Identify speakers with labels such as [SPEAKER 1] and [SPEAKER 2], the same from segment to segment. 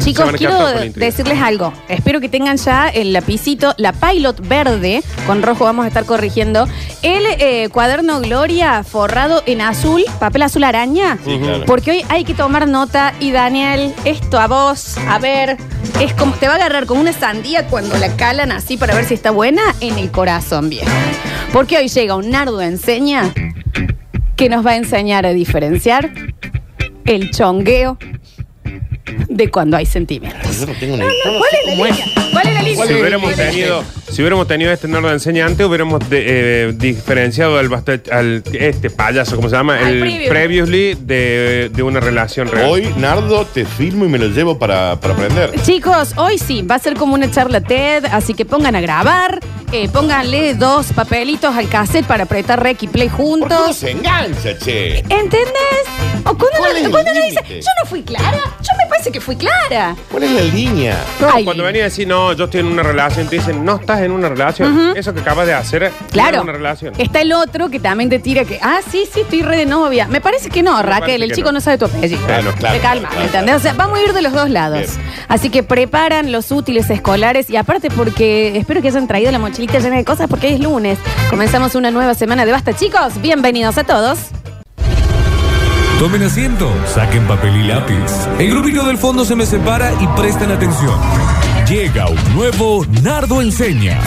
[SPEAKER 1] Chicos,
[SPEAKER 2] van a
[SPEAKER 1] quiero
[SPEAKER 2] quedar todos con la intriga.
[SPEAKER 1] decirles algo. Espero que tengan ya el lapicito, la Pilot verde, con rojo vamos a estar corrigiendo, el eh, cuaderno Gloria forrado en azul, papel azul araña,
[SPEAKER 3] Sí, claro.
[SPEAKER 1] porque hoy hay que tomar nota y Daniel, esto a vos, a ver, es como te va a agarrar como una sandía cuando la calan así para ver si está buena en el corazón, viejo. Porque hoy llega un nardo enseña que nos va a enseñar a diferenciar el chongueo de cuando hay sentimientos.
[SPEAKER 3] Pues Yo no tengo ni
[SPEAKER 1] ¿Cuál es la línea? ¿Cuál es la línea?
[SPEAKER 2] Si hubiéramos tenido, si hubiéramos tenido este nerd de enseñante, hubiéramos de- eh, diferenciado al, basta- al este payaso, ¿cómo se llama?
[SPEAKER 1] Al
[SPEAKER 2] el
[SPEAKER 1] preview.
[SPEAKER 2] previously de, de una relación real.
[SPEAKER 3] Hoy, Nardo, te filmo y me lo llevo para, para aprender.
[SPEAKER 1] Chicos, hoy sí, va a ser como una charla TED, así que pongan a grabar, eh, pónganle dos papelitos al cassette para apretar rec y play
[SPEAKER 3] ¿Por qué no
[SPEAKER 1] juntos.
[SPEAKER 3] se engancha, che?
[SPEAKER 1] ¿Entendés? O cuando
[SPEAKER 3] ¿Cuál es
[SPEAKER 1] uno,
[SPEAKER 3] el
[SPEAKER 1] cuando uno dice,
[SPEAKER 3] límite?
[SPEAKER 1] yo no fui clara, yo me parece que fui clara.
[SPEAKER 3] ¿Cuál es la línea?
[SPEAKER 2] No,
[SPEAKER 1] Ay,
[SPEAKER 2] cuando venía a decir, no, yo estoy en una relación, te dicen, no estás en una relación. Eso que acabas de hacer es
[SPEAKER 1] Claro.
[SPEAKER 2] una relación.
[SPEAKER 1] Está el otro que también te tira que, ah, sí, sí, estoy re de novia. Me parece que no, Raquel,
[SPEAKER 2] parece
[SPEAKER 1] el
[SPEAKER 2] que
[SPEAKER 1] chico no.
[SPEAKER 2] no.
[SPEAKER 1] sabe tu apellido.
[SPEAKER 3] Claro, claro,
[SPEAKER 1] Te calma,
[SPEAKER 3] claro,
[SPEAKER 1] ¿me entendés?
[SPEAKER 3] claro.
[SPEAKER 1] O sea, vamos a ir de los dos lados.
[SPEAKER 3] Bien.
[SPEAKER 1] Así que preparan los útiles escolares y aparte porque espero que hayan traído la mochilita llena de cosas porque hoy es lunes. Comenzamos una nueva semana de Basta, chicos. Bienvenidos a todos.
[SPEAKER 4] Tomen asiento, saquen papel y lápiz. El grupito del fondo se me separa y presten atención. Llega un nuevo Nardo Enseña.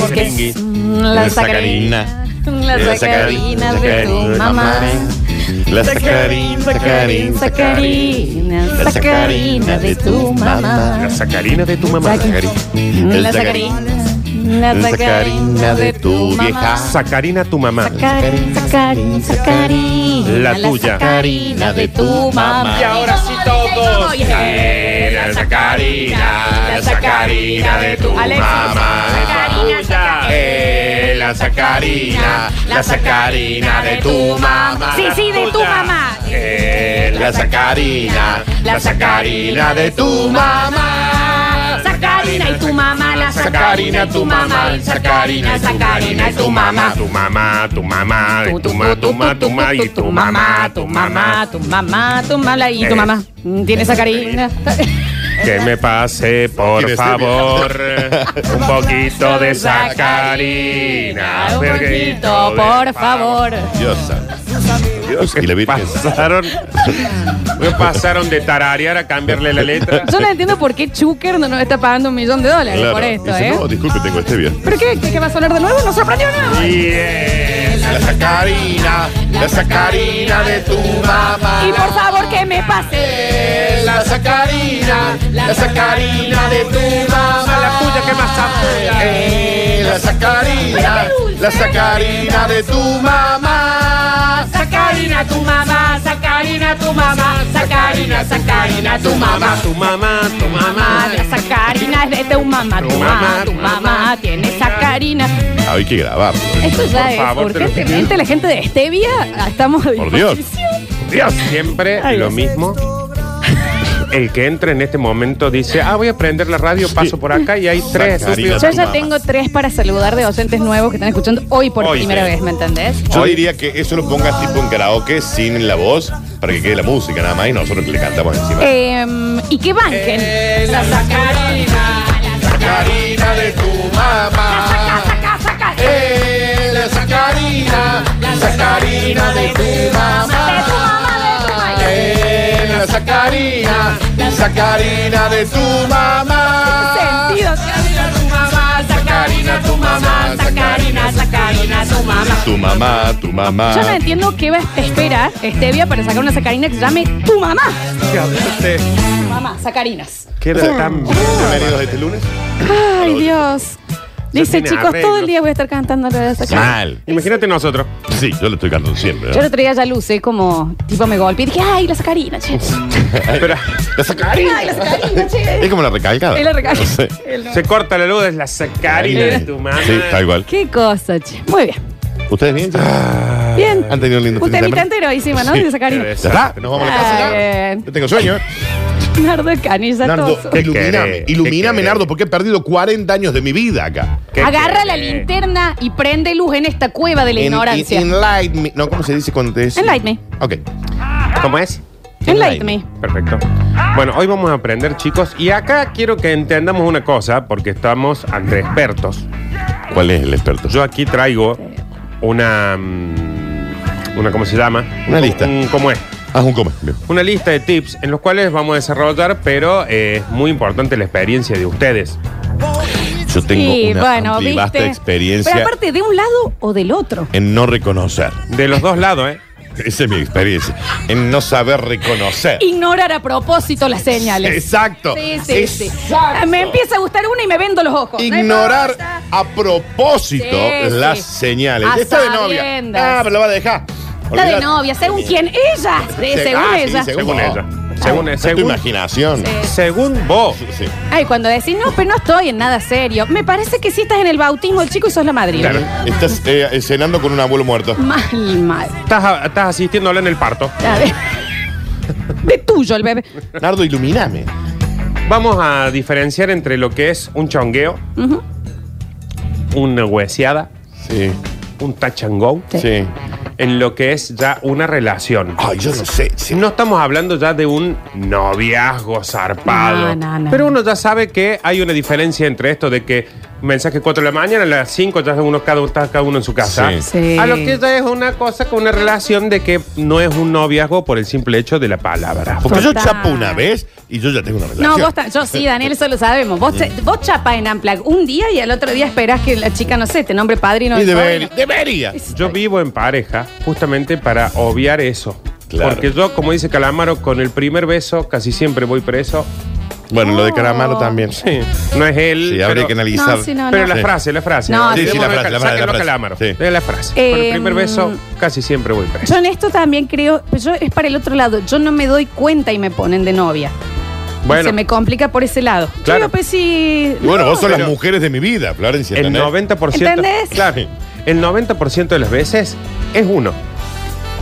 [SPEAKER 1] Porque es la
[SPEAKER 3] La
[SPEAKER 1] sacarina.
[SPEAKER 3] sacarina.
[SPEAKER 1] La sacarina de tu mamá.
[SPEAKER 3] La sacarina, sacarina,
[SPEAKER 1] sacarina,
[SPEAKER 3] La sacarina de tu mamá.
[SPEAKER 2] La sacarina de tu mamá.
[SPEAKER 3] La sacarina.
[SPEAKER 1] La
[SPEAKER 3] La sacarina.
[SPEAKER 1] sacarina. La sacarina de tu vieja.
[SPEAKER 2] Sacarina tu mamá.
[SPEAKER 1] Sacarín, sacarín, sacarín.
[SPEAKER 2] La tuya.
[SPEAKER 1] sacarina de tu mamá.
[SPEAKER 3] Y ahora
[SPEAKER 1] sí todos.
[SPEAKER 3] La sacarina, la sacarina de tu
[SPEAKER 1] Alexis.
[SPEAKER 3] mamá.
[SPEAKER 1] Sacarina, sacarina.
[SPEAKER 3] Eh, la sacarina, la sacarina de tu mamá.
[SPEAKER 1] Sí, sí, de tu mamá.
[SPEAKER 3] Eh, la sacarina, la sacarina de tu mamá.
[SPEAKER 1] Sacarina y tu mamá, la sacarina y tu mamá, el sacarina, sacarina y tu mamá.
[SPEAKER 2] Tu mamá, tu mamá, de tu mamá, tu mamá, tu mamá, y tu mamá, tu mamá.
[SPEAKER 1] tu mamá, tu mamá, y tu
[SPEAKER 2] Eh.
[SPEAKER 1] mamá. Mm, Tiene sacarina.
[SPEAKER 2] Que me pase, por
[SPEAKER 3] ¿Quiere ser
[SPEAKER 2] favor, un poquito de sacarina.
[SPEAKER 1] Un poquito,
[SPEAKER 2] de
[SPEAKER 1] por favor.
[SPEAKER 3] Dios santo. Dios y la Virgen.
[SPEAKER 2] Pasaron, me pasaron de tararear a cambiarle la letra.
[SPEAKER 1] Yo no entiendo por qué Chucker no nos está pagando un millón de dólares
[SPEAKER 3] Claro.
[SPEAKER 1] por esto,
[SPEAKER 3] Dice,
[SPEAKER 1] ¿eh?
[SPEAKER 3] No, disculpe, tengo este bien.
[SPEAKER 1] ¿Pero qué? ¿Qué, qué va a sonar de nuevo? ¡No sorprendió nada!
[SPEAKER 2] Y eh,
[SPEAKER 3] La sacarina, la sacarina de tu mamá.
[SPEAKER 1] Y por favor que me pase.
[SPEAKER 3] La sacarina, la sacarina de tu mamá. La tuya que más sabe. La sacarina, la sacarina de tu mamá.
[SPEAKER 1] Sacarina tu mamá, sacarina tu mamá, sacarina, sacarina tu mamá.
[SPEAKER 2] tu mamá, tu mamá.
[SPEAKER 1] La sacarina es de tu mamá, tu mamá, tu mamá tiene sacarina.
[SPEAKER 3] Hay que grabarlo.
[SPEAKER 1] Esto ya
[SPEAKER 2] Por
[SPEAKER 1] es
[SPEAKER 2] favor, te lo
[SPEAKER 1] urgentemente la gente de Stevia. ah, Estamos a
[SPEAKER 3] Por Dios.
[SPEAKER 1] disposición.
[SPEAKER 2] Dios, siempre
[SPEAKER 1] Ay,
[SPEAKER 2] lo
[SPEAKER 1] Dios.
[SPEAKER 2] mismo. El que entra en este momento dice, ah, voy a prender la radio, paso por acá y hay tres
[SPEAKER 3] Sacarina.
[SPEAKER 2] estúpidos.
[SPEAKER 1] Yo
[SPEAKER 3] Tu
[SPEAKER 1] ya
[SPEAKER 3] mamá.
[SPEAKER 1] tengo tres para saludar de docentes nuevos que están escuchando hoy por
[SPEAKER 2] Hoy,
[SPEAKER 1] primera
[SPEAKER 2] sí.
[SPEAKER 1] vez, ¿me entendés?
[SPEAKER 3] Yo diría que eso lo pongas tipo en karaoke sin la voz para que quede la música nada más y nosotros que le cantamos encima.
[SPEAKER 1] Em, y que banquen.
[SPEAKER 3] La sacarina, la sacarina de tu mamá.
[SPEAKER 1] Saca, saca.
[SPEAKER 3] Eh, la sacarina, la sacarina de tu
[SPEAKER 1] De tu
[SPEAKER 3] mamá.
[SPEAKER 1] mamá, de tu mamá.
[SPEAKER 3] Eh, la sacarina, la sacarina de tu mamá.
[SPEAKER 1] sentido.
[SPEAKER 3] Sacarina, tu mamá, sacarina, sacarina, tu mamá. Tu mamá, tu mamá.
[SPEAKER 1] Yo no entiendo qué va a esperar Stevia para sacar una sacarina que se llame tu mamá. Tu mamá, sacarinas.
[SPEAKER 2] Que era tan
[SPEAKER 3] Bienvenidos este lunes.
[SPEAKER 1] Ay, Dios. Dice,
[SPEAKER 2] tiene
[SPEAKER 1] chicos,
[SPEAKER 2] arreglo.
[SPEAKER 1] todo el día voy a estar cantando la de sacarina.
[SPEAKER 3] Mal.
[SPEAKER 2] Imagínate nosotros.
[SPEAKER 3] Sí, yo lo estoy cantando siempre. ¿eh?
[SPEAKER 1] Yo el otro día ya lucé como, tipo, me golpeé. Dije, ay, la sacarina, che.
[SPEAKER 2] Pero
[SPEAKER 3] La sacarina.
[SPEAKER 1] Ay, la sacarina, che.
[SPEAKER 3] Es como la recalcada.
[SPEAKER 1] Es la recalcada.
[SPEAKER 3] No sé. Eh,
[SPEAKER 2] se corta la luz, es la sacarina de tu mamá.
[SPEAKER 3] Sí, tal cual.
[SPEAKER 1] Qué cosa, che. Muy bien.
[SPEAKER 3] ¿Ustedes bien? Ah.
[SPEAKER 1] Bien.
[SPEAKER 3] ¿Han tenido un lindo
[SPEAKER 1] Un
[SPEAKER 3] fin de
[SPEAKER 1] temita
[SPEAKER 3] semana?
[SPEAKER 1] entero hicimos, ¿no?
[SPEAKER 3] Sí.
[SPEAKER 1] De sacarina.
[SPEAKER 3] Ya está, nos vamos a la casa
[SPEAKER 1] Está
[SPEAKER 3] ya.
[SPEAKER 1] Ah, bien.
[SPEAKER 3] Yo tengo sueño. ¿eh?
[SPEAKER 1] Nardo Canilla
[SPEAKER 3] Nardo,
[SPEAKER 1] Toso.
[SPEAKER 2] ¿Qué
[SPEAKER 3] ilumíname,
[SPEAKER 2] querés? ¿Qué
[SPEAKER 3] ilumíname,
[SPEAKER 2] querés?
[SPEAKER 3] Nardo, porque he perdido 40 años de mi vida acá.
[SPEAKER 2] ¿Qué
[SPEAKER 1] Agarra la
[SPEAKER 2] querés?
[SPEAKER 1] linterna y prende luz en esta cueva de la
[SPEAKER 3] En-
[SPEAKER 1] ignorancia.
[SPEAKER 3] en- enlighten me. No, ¿cómo se dice cuando te es?
[SPEAKER 1] Enlighten me.
[SPEAKER 3] Ok.
[SPEAKER 2] ¿Cómo es?
[SPEAKER 1] Enlighten me.
[SPEAKER 2] Perfecto. Bueno, hoy vamos a aprender, chicos, y acá quiero que entendamos una cosa, porque estamos ante expertos.
[SPEAKER 3] ¿Cuál es el experto?
[SPEAKER 2] Yo aquí traigo una. mm, una ¿Cómo se llama?
[SPEAKER 3] Una lista.
[SPEAKER 2] Un- ¿Cómo es?
[SPEAKER 3] Haz un coma. Bien.
[SPEAKER 2] Una lista de tips en los cuales vamos a desarrollar, pero eh, es muy importante la experiencia de ustedes.
[SPEAKER 3] Yo tengo
[SPEAKER 1] Sí,
[SPEAKER 3] una
[SPEAKER 1] bueno,
[SPEAKER 3] amplia y vasta
[SPEAKER 1] viste. Pero
[SPEAKER 3] experiencia
[SPEAKER 1] aparte, de un lado o del otro.
[SPEAKER 3] en no reconocer.
[SPEAKER 2] De los dos lados, ¿eh?
[SPEAKER 3] Esa es mi experiencia. En no saber reconocer.
[SPEAKER 1] Ignorar a propósito las señales.
[SPEAKER 3] Exacto.
[SPEAKER 1] Sí, sí, sí.
[SPEAKER 3] Exacto.
[SPEAKER 1] Me empieza a gustar una y me vendo los ojos.
[SPEAKER 3] Ignorar
[SPEAKER 1] No importa.
[SPEAKER 3] a propósito
[SPEAKER 1] Sí,
[SPEAKER 3] las
[SPEAKER 1] sí.
[SPEAKER 3] señales.
[SPEAKER 1] A
[SPEAKER 3] Está de
[SPEAKER 1] sabiendas.
[SPEAKER 3] novia. Ah, pero lo va a dejar.
[SPEAKER 1] La de
[SPEAKER 3] Olvídate.
[SPEAKER 1] novia, según quién. Ella, eh,
[SPEAKER 3] Se-
[SPEAKER 1] según
[SPEAKER 3] ah, sí,
[SPEAKER 1] ella.
[SPEAKER 3] según-
[SPEAKER 2] Según
[SPEAKER 3] vos.
[SPEAKER 2] ella. Según,
[SPEAKER 3] Es tu
[SPEAKER 2] según,
[SPEAKER 3] imaginación.
[SPEAKER 2] según vos.
[SPEAKER 3] Sí.
[SPEAKER 1] Ay, cuando decís, no, pero no estoy en nada serio. Me parece que sí estás en el bautismo del chico y sos la madrina.
[SPEAKER 2] Claro.
[SPEAKER 3] Estás eh, cenando con un abuelo muerto.
[SPEAKER 1] Mal, mal.
[SPEAKER 2] Estás, estás asistiéndole en el parto.
[SPEAKER 1] A ver. De tuyo el bebé.
[SPEAKER 3] Nardo, iluminame.
[SPEAKER 2] Vamos a diferenciar entre lo que es un chongueo,
[SPEAKER 1] Ujú.
[SPEAKER 2] una hueseada,
[SPEAKER 3] Sí.
[SPEAKER 2] un touch and go,
[SPEAKER 1] Sí.
[SPEAKER 3] Sí.
[SPEAKER 2] en lo que es ya una relación.
[SPEAKER 3] Ay, yo no sé.
[SPEAKER 2] Si
[SPEAKER 3] Sí.
[SPEAKER 2] no estamos hablando ya de un noviazgo zarpado.
[SPEAKER 1] No, no, no.
[SPEAKER 2] Pero uno ya sabe que hay una diferencia entre esto de que mensaje 4 de la mañana, a las 5 ya uno, cada, está cada uno en su casa.
[SPEAKER 3] Sí.
[SPEAKER 1] Sí.
[SPEAKER 2] A lo que ya es una cosa con una relación de que no es un noviazgo por el simple hecho de la palabra.
[SPEAKER 3] Porque yo
[SPEAKER 1] Total.
[SPEAKER 3] chapo una vez y yo ya tengo una relación.
[SPEAKER 1] No, vos, ta- yo sí, Daniel, eso lo sabemos. Vos, te- vos chapa en Amplag un día y al otro día esperás que la chica, no sé, te nombre padrino.
[SPEAKER 3] Y
[SPEAKER 1] del
[SPEAKER 3] debería.
[SPEAKER 1] sobrino.
[SPEAKER 3] Debería.
[SPEAKER 2] Yo vivo en pareja justamente para obviar eso.
[SPEAKER 3] Claro.
[SPEAKER 2] Porque yo, como dice Calamaro, con el primer beso casi siempre voy preso.
[SPEAKER 3] Bueno, lo de Caramaro
[SPEAKER 1] Oh.
[SPEAKER 3] también.
[SPEAKER 2] Sí, no es él.
[SPEAKER 3] Sí, habría
[SPEAKER 2] pero-
[SPEAKER 3] que analizar.
[SPEAKER 1] No, sí, no.
[SPEAKER 2] Pero la
[SPEAKER 3] Sí.
[SPEAKER 2] frase, la frase.
[SPEAKER 1] No, Sí, sí,
[SPEAKER 2] Démoslo
[SPEAKER 3] la frase,
[SPEAKER 2] a Cal-
[SPEAKER 3] la frase,
[SPEAKER 2] sáquenlo
[SPEAKER 3] la
[SPEAKER 2] a
[SPEAKER 3] frase.
[SPEAKER 2] Calamaro.
[SPEAKER 3] Sí.
[SPEAKER 2] Eh, la frase. Con el
[SPEAKER 1] Eh,
[SPEAKER 2] primer beso casi siempre voy preso.
[SPEAKER 1] Yo en esto también creo, pero yo es para el otro lado. Yo no me doy cuenta y me ponen de novia. Y
[SPEAKER 2] Bueno,
[SPEAKER 1] Se me complica por ese lado. Yo
[SPEAKER 2] Claro.
[SPEAKER 1] digo, pues, sí,
[SPEAKER 3] Y bueno, vos sos las
[SPEAKER 2] Pero-
[SPEAKER 3] mujeres de mi vida, Florencia.
[SPEAKER 2] el
[SPEAKER 3] ¿entendés?
[SPEAKER 2] 90%.
[SPEAKER 1] ¿Entendés?
[SPEAKER 2] Claro. El 90% de las veces es uno.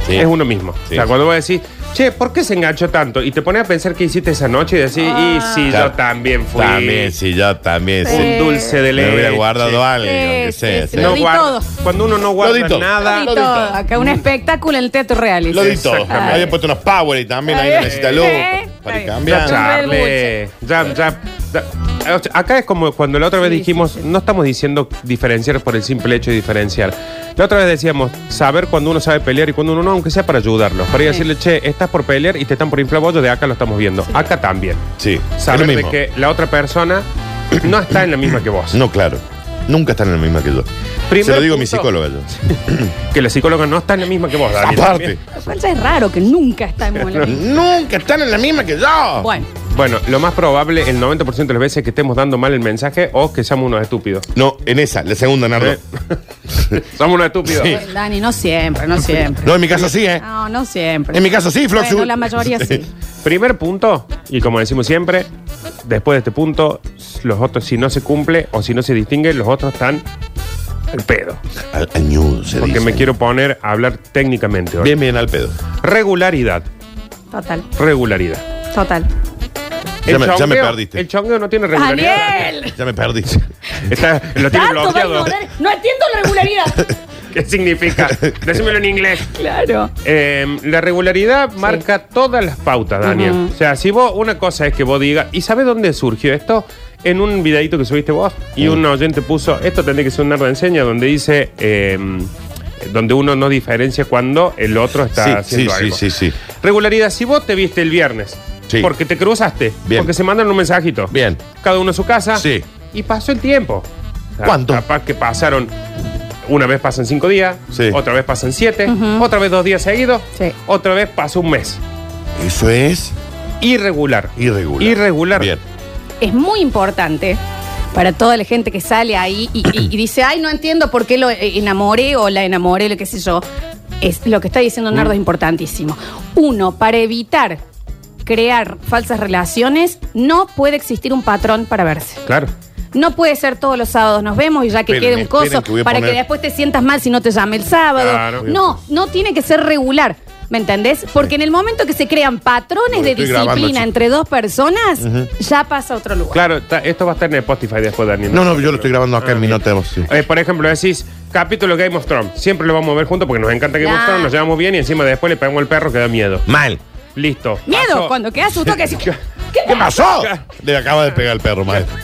[SPEAKER 3] Sí.
[SPEAKER 2] Es uno mismo.
[SPEAKER 3] Sí.
[SPEAKER 2] O sea, cuando vos decís, che, ¿por qué se enganchó tanto? Y te pones a pensar qué hiciste esa noche y decís,
[SPEAKER 1] Ah.
[SPEAKER 2] y sí,
[SPEAKER 3] Claro.
[SPEAKER 2] yo también fui.
[SPEAKER 3] También, sí, yo también. Sí.
[SPEAKER 2] Un dulce de leche.
[SPEAKER 3] Le hubiera guardado algo,
[SPEAKER 1] Sí,
[SPEAKER 3] aunque
[SPEAKER 1] sí,
[SPEAKER 3] sea,
[SPEAKER 1] sí.
[SPEAKER 3] sí.
[SPEAKER 1] Lo
[SPEAKER 2] No
[SPEAKER 1] di
[SPEAKER 2] guarda-
[SPEAKER 1] todo.
[SPEAKER 2] Cuando uno no
[SPEAKER 3] Lo
[SPEAKER 2] guarda
[SPEAKER 3] di todo.
[SPEAKER 2] nada.
[SPEAKER 1] Lo di todo. Acá un espectáculo en el teatro real.
[SPEAKER 3] Lo di todo.
[SPEAKER 2] Exactamente.
[SPEAKER 3] Había puesto unos power y también ahí
[SPEAKER 1] Está
[SPEAKER 3] en la cita
[SPEAKER 1] bien.
[SPEAKER 3] luz.
[SPEAKER 1] Sí,
[SPEAKER 3] Para
[SPEAKER 1] está
[SPEAKER 2] Ya
[SPEAKER 1] bien.
[SPEAKER 3] cambiar.
[SPEAKER 2] charle. Ya, ya, ya. O sea, Acá es como cuando la otra vez
[SPEAKER 1] Sí,
[SPEAKER 2] dijimos,
[SPEAKER 1] sí,
[SPEAKER 2] no estamos diciendo diferenciar por el simple hecho de diferenciar. La otra vez decíamos, saber cuando uno sabe pelear y cuando uno no, aunque sea para ayudarlos. Para ir a
[SPEAKER 1] Sí.
[SPEAKER 2] decirle, che, estás por pelear y te están por inflar bollos, de acá lo estamos viendo. Acá también.
[SPEAKER 3] Sí, es lo
[SPEAKER 2] Saber de
[SPEAKER 3] mismo.
[SPEAKER 2] que la otra persona no está en la misma que vos.
[SPEAKER 3] No, claro. Nunca están en la misma que yo.
[SPEAKER 2] Primer
[SPEAKER 3] Se lo digo a mi
[SPEAKER 2] punto.
[SPEAKER 3] psicóloga yo.
[SPEAKER 2] Que la psicóloga no está en la misma que vos, Daniel.
[SPEAKER 3] Aparte.
[SPEAKER 1] Lo cual ya es raro que nunca estamos en la misma.
[SPEAKER 3] Nunca están en la misma que yo.
[SPEAKER 1] Bueno,
[SPEAKER 2] Bueno, lo más probable, el 90% de las veces que estemos dando mal el mensaje o que seamos unos estúpidos.
[SPEAKER 3] No, en esa, la segunda, Nardo.
[SPEAKER 2] Eh. Somos unos estúpidos.
[SPEAKER 3] Sí.
[SPEAKER 1] Dani, no siempre, no siempre.
[SPEAKER 3] No, en mi caso sí, ¿eh?
[SPEAKER 1] No, no siempre.
[SPEAKER 3] En mi caso sí, Floxu.
[SPEAKER 1] Bueno, la mayoría sí.
[SPEAKER 2] Primer punto, y como decimos siempre, después de este punto, los otros, si no se cumple o si no se distingue, los otros están al pedo.
[SPEAKER 3] Al, al ñudo se
[SPEAKER 2] Porque
[SPEAKER 3] dice.
[SPEAKER 2] me quiero poner a hablar técnicamente. ahora.
[SPEAKER 3] Bien, bien, al pedo.
[SPEAKER 2] Regularidad.
[SPEAKER 1] Total,
[SPEAKER 2] Regularidad.
[SPEAKER 1] total.
[SPEAKER 3] Ya
[SPEAKER 2] El
[SPEAKER 3] me, ya me
[SPEAKER 2] chongueo-
[SPEAKER 3] perdiste.
[SPEAKER 2] El chongueo no tiene regularidad.
[SPEAKER 1] ¡Daniel!
[SPEAKER 3] Ya me perdiste.
[SPEAKER 2] Está- lo tiene
[SPEAKER 1] Tanto va a
[SPEAKER 2] bloqueado.
[SPEAKER 1] ignorar. No entiendo la regularidad.
[SPEAKER 2] ¿Qué significa? Decímelo en inglés.
[SPEAKER 1] claro.
[SPEAKER 2] Eh, la regularidad marca todas las pautas, Daniel.
[SPEAKER 1] Ujú.
[SPEAKER 2] O sea, si vos, una cosa es que vos digas, ¿y sabés dónde surgió esto? En un videito que subiste vos y un oyente puso, esto tendría que ser un nardo enseña, donde dice, eh, donde uno no diferencia cuando el otro está
[SPEAKER 3] Sí,
[SPEAKER 2] haciendo
[SPEAKER 3] sí,
[SPEAKER 2] algo.
[SPEAKER 3] sí, sí, sí.
[SPEAKER 2] Regularidad, si vos te viste el viernes,
[SPEAKER 3] Sí.
[SPEAKER 2] porque te cruzaste,
[SPEAKER 3] Bien.
[SPEAKER 2] porque se mandan un mensajito.
[SPEAKER 3] Bien.
[SPEAKER 2] Cada uno a su casa.
[SPEAKER 3] Sí.
[SPEAKER 2] Y pasó el tiempo. O sea,
[SPEAKER 3] ¿Cuánto?
[SPEAKER 2] Capaz que pasaron una vez pasan cinco días,
[SPEAKER 3] Sí.
[SPEAKER 2] otra vez pasan siete, otra vez dos días seguidos,
[SPEAKER 1] Sí.
[SPEAKER 2] otra vez pasó un mes.
[SPEAKER 3] Eso es
[SPEAKER 2] Irregular.
[SPEAKER 3] irregular.
[SPEAKER 2] Irregular.
[SPEAKER 3] Bien.
[SPEAKER 1] Es muy importante para toda la gente que sale ahí y, y- y dice, ay, no entiendo por qué lo eh, enamoré o la enamoré, lo que sé yo. Es, lo que está diciendo Nardo
[SPEAKER 3] Mm.
[SPEAKER 1] es importantísimo. Uno, para evitar crear falsas relaciones, no puede existir un patrón para verse.
[SPEAKER 2] Claro.
[SPEAKER 1] No puede ser todos los sábados nos vemos y ya que
[SPEAKER 3] Esperen,
[SPEAKER 1] quede un
[SPEAKER 3] esperen
[SPEAKER 1] coso
[SPEAKER 3] que voy a
[SPEAKER 1] para
[SPEAKER 3] poner-
[SPEAKER 1] que después te sientas mal si no te llame el sábado.
[SPEAKER 2] Claro.
[SPEAKER 1] No, no tiene que ser regular. ¿Me entendés? Porque en el momento que se crean patrones
[SPEAKER 3] Porque
[SPEAKER 1] de
[SPEAKER 3] estoy grabando,
[SPEAKER 1] disciplina
[SPEAKER 3] chico.
[SPEAKER 1] entre dos personas, ya pasa a otro lugar.
[SPEAKER 2] Claro, ta- esto va a estar en Spotify después, Daniel.
[SPEAKER 3] No, no, yo lo estoy grabando acá en mi nota de voz. sí.
[SPEAKER 2] Eh, por ejemplo, decís, capítulo Game of Thrones. Siempre lo vamos a ver juntos porque nos encanta Game of
[SPEAKER 1] Claro.
[SPEAKER 2] Thrones, nos llevamos bien y encima después le pegamos el perro que da miedo.
[SPEAKER 3] Mal.
[SPEAKER 2] Listo.
[SPEAKER 1] Miedo,
[SPEAKER 2] Pasó.
[SPEAKER 1] cuando quedas asustado que decís, ¿qué,
[SPEAKER 3] ¿Qué
[SPEAKER 1] pasa?
[SPEAKER 3] pasó? Le acaba de pegar el perro, maestro.